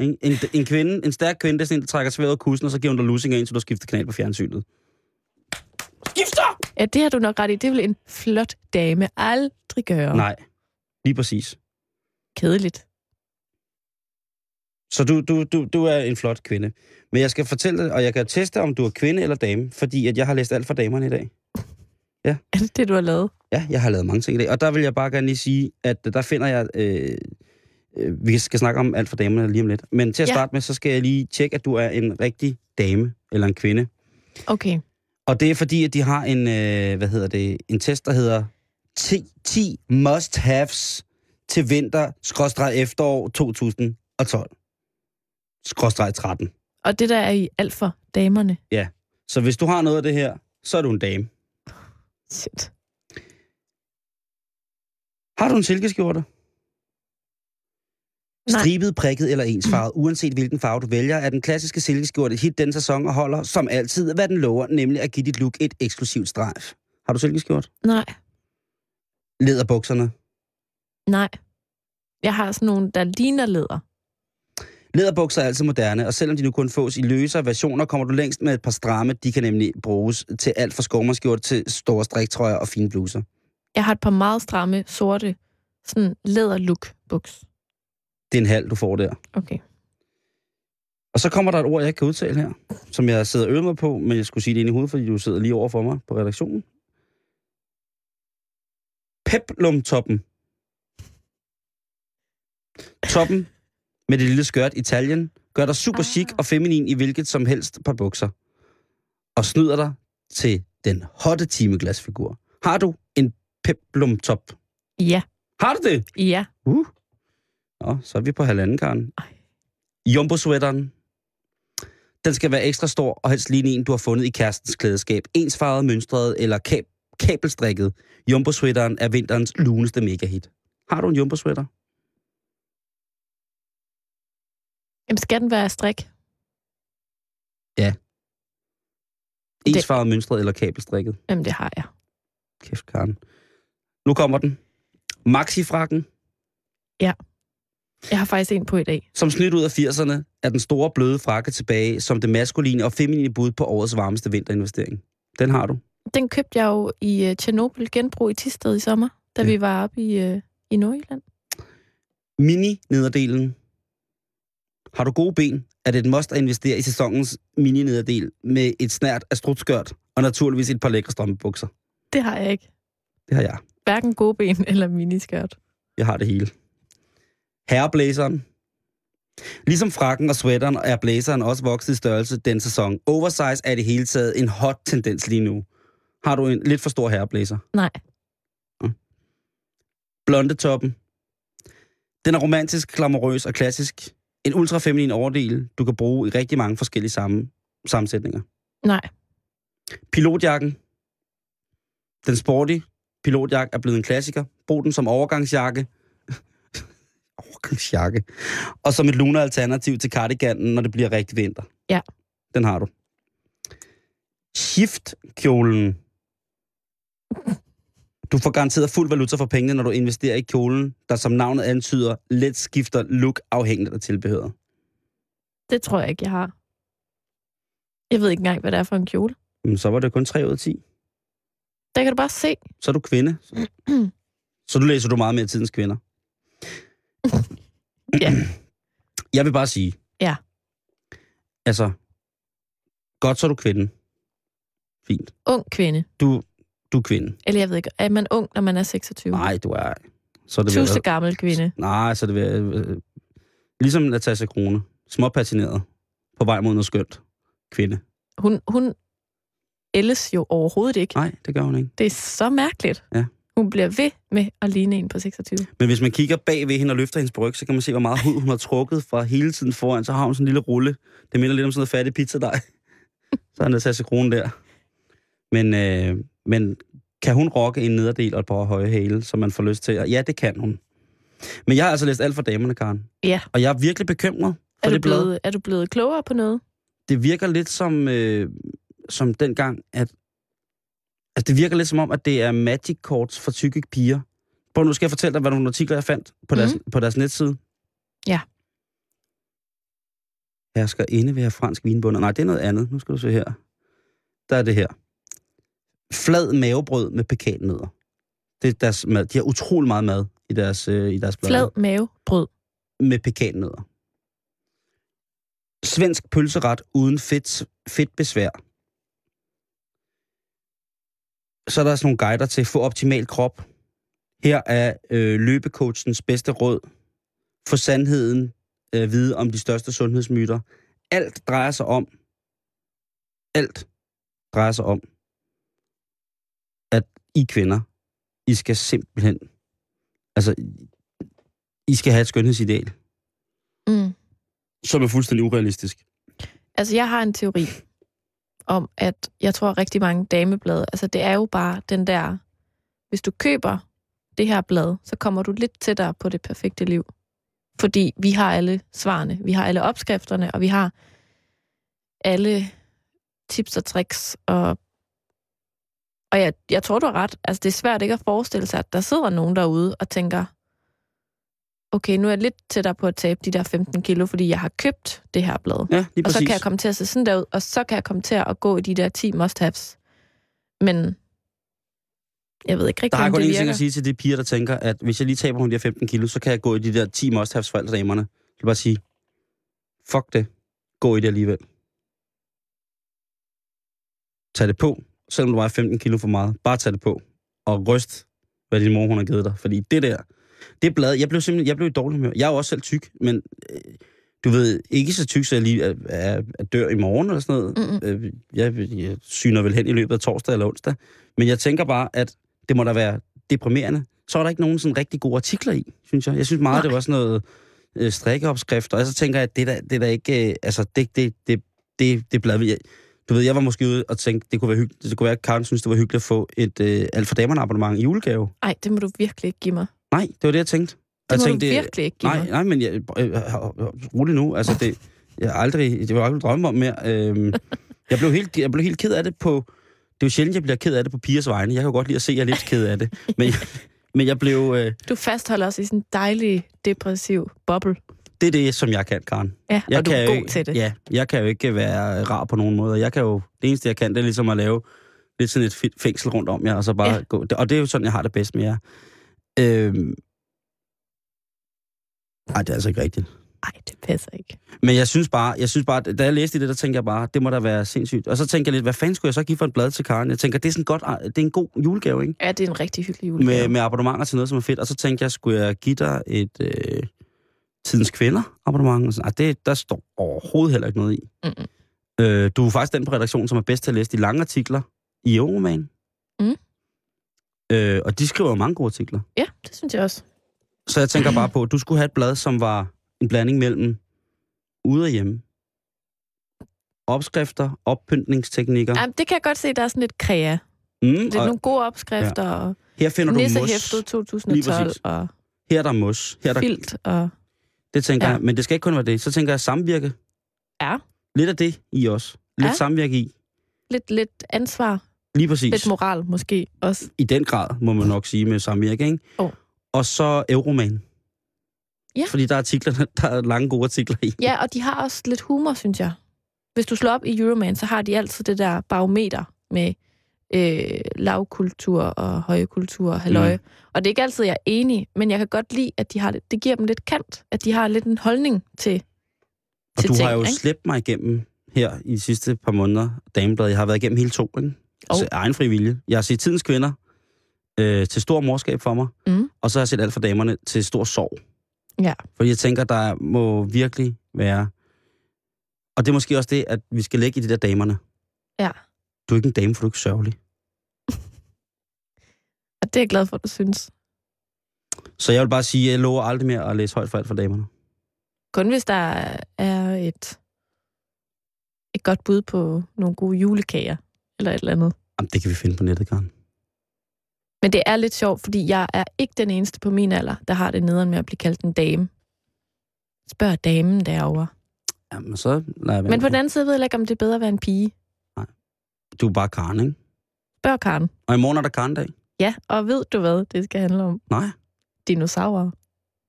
[SPEAKER 3] en, en, en, kvinde, en stærk kvinde, det er sådan en, der trækker sværet af kussen, og så giver hun dig lussing af en, så du skifter kanal på fjernsynet. Skifter!
[SPEAKER 2] Ja, det har du nok ret i. Det vil en flot dame aldrig gøre.
[SPEAKER 3] Nej, lige præcis.
[SPEAKER 2] Kedeligt.
[SPEAKER 3] Så du, du, du, du er en flot kvinde. Men jeg skal fortælle dig, og jeg kan teste, om du er kvinde eller dame, fordi at jeg har læst alt for damerne i dag.
[SPEAKER 2] Er det det, du har lavet?
[SPEAKER 3] Ja, jeg har lavet mange ting i dag. Og der vil jeg bare gerne lige sige, at der finder jeg... Øh, øh, vi skal snakke om alt for damerne lige om lidt. Men til at
[SPEAKER 2] Ja.
[SPEAKER 3] ja. starte med, så skal jeg lige tjekke, at du er en rigtig dame eller en kvinde.
[SPEAKER 2] Okay.
[SPEAKER 3] Og det er fordi, at de har en, øh, hvad hedder det, en test, der hedder 10, 10 must-haves til vinter-efterår 2012. Skråstreg 13.
[SPEAKER 2] Og det der er i alt for damerne.
[SPEAKER 3] Så hvis du har noget af det her, så er du en dame.
[SPEAKER 2] Shit.
[SPEAKER 3] Har du en silkeskjorte?
[SPEAKER 2] Nej.
[SPEAKER 3] Stribet, prikket eller ensfarvet, uanset hvilken farve du vælger, er den klassiske silkeskjorte et hit den sæson og holder, som altid, hvad den lover, nemlig at give dit look et eksklusivt strejf. Har du silkeskjort?
[SPEAKER 2] Nej,
[SPEAKER 3] Lederbukserne.
[SPEAKER 2] nej. Jeg har sådan nogle, der ligner læder.
[SPEAKER 3] Læderbukser er altid moderne, og selvom de nu kun fås i løsere versioner, kommer du længst med et par stramme. De kan nemlig bruges til alt fra skovmandskjorte til store striktrøjer og fine bluser.
[SPEAKER 2] Jeg har et par meget stramme, sorte, sådan læderlook buks.
[SPEAKER 3] Det er en halv, du får der.
[SPEAKER 2] Okay.
[SPEAKER 3] Og så kommer der et ord, jeg ikke kan udtale her, som jeg sidder og øver mig på, men jeg skulle sige det ind i hovedet, fordi du sidder lige over for mig på redaktionen. Peplumtoppen. Toppen med det lille skørt Italien gør dig super chic og feminin i hvilket som helst par bukser. Og snyder dig til den hotte timeglasfigur. Har du en peplumtop?
[SPEAKER 2] Ja,
[SPEAKER 3] Har du det?
[SPEAKER 2] ja.
[SPEAKER 3] Uh. Nå, så er vi på halvanden, Karen.
[SPEAKER 2] Ej.
[SPEAKER 3] Jumbo-sweateren. Den skal være ekstra stor og helst ligne en, du har fundet i kærestens klædeskab. Ensfarvet, mønstret eller kab- kabelstrikket. Jumbo-sweateren er vinterens luneste megahit. Har du en jumbo-sweater?
[SPEAKER 2] Jamen, skal den være af strik? Det-
[SPEAKER 3] Ensfarvet, mønstret eller kabelstrikket.
[SPEAKER 2] Jamen, det har jeg.
[SPEAKER 3] Kæft, Karen. Nu kommer den. Maxi-frakken.
[SPEAKER 2] Jeg har faktisk en på i dag.
[SPEAKER 3] Som snydt ud af 80'erne er den store bløde frakke tilbage som det maskuline og feminine bud på årets varmeste vinterinvestering. Den har du.
[SPEAKER 2] Den købte jeg jo i uh, Tjernobyl Genbrug i Tisted i sommer, da
[SPEAKER 3] Ja.
[SPEAKER 2] vi var oppe i, uh, i Nordjylland.
[SPEAKER 3] mini-nederdelen. Har du gode ben, er det et must at investere i sæsonens mini-nederdel med et snært af strutskørt og naturligvis et par lækre strømpebukser.
[SPEAKER 2] Det har jeg ikke.
[SPEAKER 3] Det har jeg.
[SPEAKER 2] Hverken gode ben eller miniskørt.
[SPEAKER 3] Jeg har det hele. Herreblazeren. Ligesom frakken og sweateren er blazeren også vokset i størrelse den sæson. Oversize er i det hele taget en hot tendens lige nu. Har du en lidt for stor herreblazer?
[SPEAKER 2] Nej.
[SPEAKER 3] Blondetoppen. Den er romantisk, klamorøs og klassisk. En ultrafeminin overdel, du kan bruge i rigtig mange forskellige samme, sammensætninger.
[SPEAKER 2] Nej.
[SPEAKER 3] Pilotjakken. Den sporty pilotjakke er blevet en klassiker. Brug den som overgangsjakke. overgangsjakke. Og som et luner alternativ til cardiganen, når det bliver rigtig vinter.
[SPEAKER 2] Ja.
[SPEAKER 3] Den har du. Shift-kjolen. Du får garanteret fuld valuta for pengene, når du investerer i kjolen, der som navnet antyder, let skifter look afhængigt af tilbehøret.
[SPEAKER 2] Det tror jeg ikke, jeg har. Jeg ved ikke engang, hvad det er for en kjole.
[SPEAKER 3] Men så var det kun 3 ud af 10.
[SPEAKER 2] Der kan du bare se.
[SPEAKER 3] Så er du kvinde. Så nu læser du meget mere tidens kvinder.
[SPEAKER 2] Ja.
[SPEAKER 3] Jeg vil bare sige.
[SPEAKER 2] Ja.
[SPEAKER 3] Altså, godt så er du kvinde. Fint.
[SPEAKER 2] Ung kvinde.
[SPEAKER 3] Du, du er kvinde.
[SPEAKER 2] Eller jeg ved ikke, er man ung, når man er 26?
[SPEAKER 3] Nej, du er ej. Så er det ved at
[SPEAKER 2] Tusind
[SPEAKER 3] være-
[SPEAKER 2] gammel kvinde.
[SPEAKER 3] Nej, så er det ved at- øh, Ligesom Natasha Krone. Småpatineret. På vej mod noget skønt. Kvinde.
[SPEAKER 2] Hun, hun ældes jo overhovedet ikke.
[SPEAKER 3] Nej, det gør hun ikke.
[SPEAKER 2] Det er så mærkeligt.
[SPEAKER 3] Ja.
[SPEAKER 2] Hun bliver ved med at ligne en på 26.
[SPEAKER 3] Men hvis man kigger bag ved hende og løfter hendes bryg, så kan man se, hvor meget hud hun har trukket fra hele tiden foran. Så har hun sådan en lille rulle. Det minder lidt om sådan noget fattig pizzadej. Så er Natasha Krone der. Men, øh, men kan hun rocke en nederdel og et par høje hæle, som man får lyst til? Og Ja, det kan hun. Men jeg har altså læst alt for damerne, Karen.
[SPEAKER 2] Ja.
[SPEAKER 3] Og jeg er virkelig bekymret for
[SPEAKER 2] Er du,
[SPEAKER 3] det blad.
[SPEAKER 2] blevet, er du blevet klogere på noget?
[SPEAKER 3] Det virker lidt som, øh, som dengang, at... Altså, det virker lidt som om, at det er magic cords for tykke piger. Prøv nu skal jeg fortælle dig, hvad nogle artikler jeg fandt på deres, mm. på deres netside.
[SPEAKER 2] Mhm. Ja.
[SPEAKER 3] Jeg skal inde ved have fransk vinbunder. Nej, det er noget andet. Nu skal du se her. Der er det her. Flad mavebrød med pekannødder. Det er deres mad. De har utrolig meget mad i deres, øh, i deres blad.
[SPEAKER 2] Flad mavebrød.
[SPEAKER 3] Med pekannødder. Svensk pølseret uden fedt, fedtbesvær. Så er der sådan nogle guider til få optimal krop. Her er øh, løbecoachens bedste råd. Få sandheden øh, vide om de største sundhedsmyter. Alt drejer sig om, alt drejer sig om, at I kvinder, I skal simpelthen, altså, I skal have et skønhedsideal,
[SPEAKER 2] Mm.
[SPEAKER 3] som er fuldstændig urealistisk.
[SPEAKER 2] Altså, jeg har en teori om, at jeg tror rigtig mange dameblade, altså det er jo bare den der, hvis du køber det her blad, så kommer du lidt tættere på det perfekte liv. Fordi vi har alle svarene, vi har alle opskrifterne, og vi har alle tips og tricks. Og, og jeg, jeg tror, du har ret. Altså, det er svært ikke at forestille sig, at der sidder nogen derude og tænker, okay, nu er jeg lidt tættere på at tabe de der 15 kilo, fordi jeg har købt det her blad.
[SPEAKER 3] Ja, lige
[SPEAKER 2] Og
[SPEAKER 3] præcis.
[SPEAKER 2] så kan jeg komme til at se sådan der ud, og så kan jeg komme til at gå i de der 10 must-haves. Men jeg ved ikke
[SPEAKER 3] der
[SPEAKER 2] rigtig,
[SPEAKER 3] har jeg
[SPEAKER 2] om
[SPEAKER 3] kun
[SPEAKER 2] det
[SPEAKER 3] én ting
[SPEAKER 2] virker.
[SPEAKER 3] at sige til de piger, der tænker, at hvis jeg lige taber hun de her 15 kilo, så kan jeg gå i de der 10 must-haves for alle damerne. Jeg vil bare sige, fuck det, gå i det alligevel. Tag det på, selvom du vejer 15 kilo for meget. Bare tag det på, og ryst, hvad din mor hun har givet dig. Fordi det der, det blad, jeg blev simpelthen, jeg blev i dårlig humør. Jeg er jo også selv tyk, men øh, du ved, ikke så tyk, så jeg lige er, er, er dør i morgen eller sådan noget.
[SPEAKER 2] Mm-mm.
[SPEAKER 3] Øh, jeg, jeg syner vel hen i løbet af torsdag eller onsdag. Men jeg tænker bare, at det må da være deprimerende. Så er der ikke nogen sådan rigtig gode artikler i, synes jeg. Jeg synes meget, Nej.
[SPEAKER 2] Nej.
[SPEAKER 3] det var sådan noget øh, strikkeopskrift, og så tænker jeg, at det der, det der ikke... Øh, altså, det, det, det, det, det blad, jeg, du ved, jeg var måske ude og tænkte, det kunne være hyggeligt, det kunne være, at Karen synes, det var hyggeligt at få et øh, Alfa Damerne abonnement i julegave.
[SPEAKER 2] Nej, det må du virkelig ikke give mig. Det
[SPEAKER 3] Nej, det var det, jeg tænkte. Og jeg
[SPEAKER 2] må
[SPEAKER 3] tænkte,
[SPEAKER 2] du virkelig ikke give
[SPEAKER 3] Nej,
[SPEAKER 2] mig.
[SPEAKER 3] nej, men jeg, øh, øh, øh, rolig nu. Altså, det, jeg har aldrig, det var jeg aldrig drømme om mere. Øhm, jeg, blev helt, jeg blev helt ked af det på... Det er jo sjældent, jeg bliver ked af det på pigers vegne. Jeg kan jo godt lide at se, at jeg er lidt ked af det. Men, jeg, men jeg blev... Øh,
[SPEAKER 2] Du fastholder os i sådan en dejlig, depressiv boble.
[SPEAKER 3] det er det, som jeg kan, Karen.
[SPEAKER 2] Ja,
[SPEAKER 3] Jeg
[SPEAKER 2] og du
[SPEAKER 3] kan
[SPEAKER 2] er
[SPEAKER 3] jo
[SPEAKER 2] god
[SPEAKER 3] ikke,
[SPEAKER 2] til det.
[SPEAKER 3] Ja, jeg kan jo ikke være rar på nogen måde. Jeg kan jo, det eneste, jeg kan, det er ligesom at lave lidt sådan et fi- fængsel rundt om jer, og så bare ja.
[SPEAKER 2] Ja.
[SPEAKER 3] gå. Og det er jo sådan, jeg har det bedst med jer. Øhm, nej, det er altså ikke rigtigt.
[SPEAKER 2] Nej, det passer ikke.
[SPEAKER 3] Men jeg synes bare, jeg synes bare, da jeg læste det, der tænkte jeg bare, det må da være sindssygt. Og så tænkte jeg lidt, hvad fanden skulle jeg så give for et blad til Karen? Jeg tænker, det er sådan godt, ah, det er en god julegave, ikke?
[SPEAKER 2] Ja, det er en rigtig hyggelig julegave.
[SPEAKER 3] Med, med abonnementer til noget, som er fedt. Og så tænkte jeg, skulle jeg give dig et øh, Tidens Kvinder abonnement? Og sådan, ah, det, der står overhovedet heller ikke noget i.
[SPEAKER 2] Mm-mm.
[SPEAKER 3] Øh, du er faktisk den på redaktionen, som er bedst til at læse de lange artikler i Euroman.
[SPEAKER 2] Mm.
[SPEAKER 3] Øh, og de skriver jo mange gode artikler.
[SPEAKER 2] Ja, det synes jeg også.
[SPEAKER 3] Så jeg tænker bare på, at du skulle have et blad, som var en blanding mellem ude og hjemme. Opskrifter, oppyntningsteknikker.
[SPEAKER 2] Ja. det kan jeg godt se, der er sådan lidt krea.
[SPEAKER 3] Mm,
[SPEAKER 2] Det er
[SPEAKER 3] og
[SPEAKER 2] nogle gode opskrifter, ja. og
[SPEAKER 3] her finder du
[SPEAKER 2] nissehæftet
[SPEAKER 3] mos.
[SPEAKER 2] 2012,
[SPEAKER 3] præcis.
[SPEAKER 2] og
[SPEAKER 3] Her er der mos. Her er der,
[SPEAKER 2] filt, og
[SPEAKER 3] det tænker
[SPEAKER 2] Ja.
[SPEAKER 3] jeg, men det skal ikke kun være det. Så tænker jeg samvirke.
[SPEAKER 2] Ja.
[SPEAKER 3] Lidt af det i os. Lidt
[SPEAKER 2] Ja.
[SPEAKER 3] samvirke i.
[SPEAKER 2] lidt, lidt ansvar,
[SPEAKER 3] Lige præcis.
[SPEAKER 2] lidt moral måske også.
[SPEAKER 3] I den grad, må man nok sige, med samvirke, ikke?
[SPEAKER 2] Jo.
[SPEAKER 3] Og så Euroman.
[SPEAKER 2] Ja.
[SPEAKER 3] Fordi der er, artikler, der er lange gode artikler i.
[SPEAKER 2] Ja, og de har også lidt humor, synes jeg. Hvis du slår op i Euroman, så har de altid det der barometer med øh, lavkultur og højkultur og halløj. Mm. Og det er ikke altid, jeg er enig, men jeg kan godt lide, at de har lidt, det giver dem lidt kant, at de har lidt en holdning til,
[SPEAKER 3] Og
[SPEAKER 2] til
[SPEAKER 3] du
[SPEAKER 2] ting.
[SPEAKER 3] har jo
[SPEAKER 2] ikke?
[SPEAKER 3] slæbt mig igennem her i de sidste par måneder, damebladet. Jeg har været igennem hele to, ikke?
[SPEAKER 2] Jo.
[SPEAKER 3] Så egen fri vilje. Jeg har set Tidens Kvinder øh, til stor morskab for mig,
[SPEAKER 2] Mm.
[SPEAKER 3] og så har jeg set alt for damerne til stor sorg.
[SPEAKER 2] Ja.
[SPEAKER 3] Fordi jeg tænker, der må virkelig være... Og det er måske også det, at vi skal lægge i de der damerne.
[SPEAKER 2] Ja.
[SPEAKER 3] Du er ikke en dame, for du er ikke sørgelig.
[SPEAKER 2] Og det er jeg glad for, at du synes.
[SPEAKER 3] Så jeg vil bare sige, at jeg lover aldrig mere at læse højt for alt for damerne.
[SPEAKER 2] Kun hvis der er et, et godt bud på nogle gode julekager eller et eller andet.
[SPEAKER 3] Jamen, det kan vi finde på nettet, Karen.
[SPEAKER 2] Men det er lidt sjovt, fordi jeg er ikke den eneste på min alder, der har det nederen med at blive kaldt en dame. Spørg damen derovre.
[SPEAKER 3] Jamen, så lader jeg være
[SPEAKER 2] Men på
[SPEAKER 3] med
[SPEAKER 2] den anden side ved jeg ikke, om det er bedre at være en pige.
[SPEAKER 3] det. Du er bare Karen, ikke?
[SPEAKER 2] Spørg Karen.
[SPEAKER 3] Og i morgen er der Karen-dag.
[SPEAKER 2] Ja, og ved du hvad det skal handle om?
[SPEAKER 3] Nej.
[SPEAKER 2] Dinosaurer.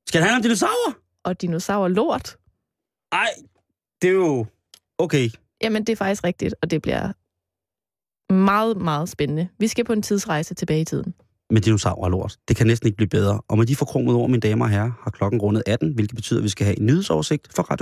[SPEAKER 3] Skal det handle om dinosaurer?
[SPEAKER 2] Og dinosaurer lort.
[SPEAKER 3] Ej, det er jo... Okay,
[SPEAKER 2] Jamen, det er faktisk rigtigt, og det bliver meget, meget spændende. Vi skal på en tidsrejse tilbage i tiden.
[SPEAKER 3] med dinosaurer og lort. Det kan næsten ikke blive bedre. Og med de forkromede ord, mine damer og herrer, har klokken rundet 18, hvilket betyder, at vi skal have en nyhedsoversigt fra Radio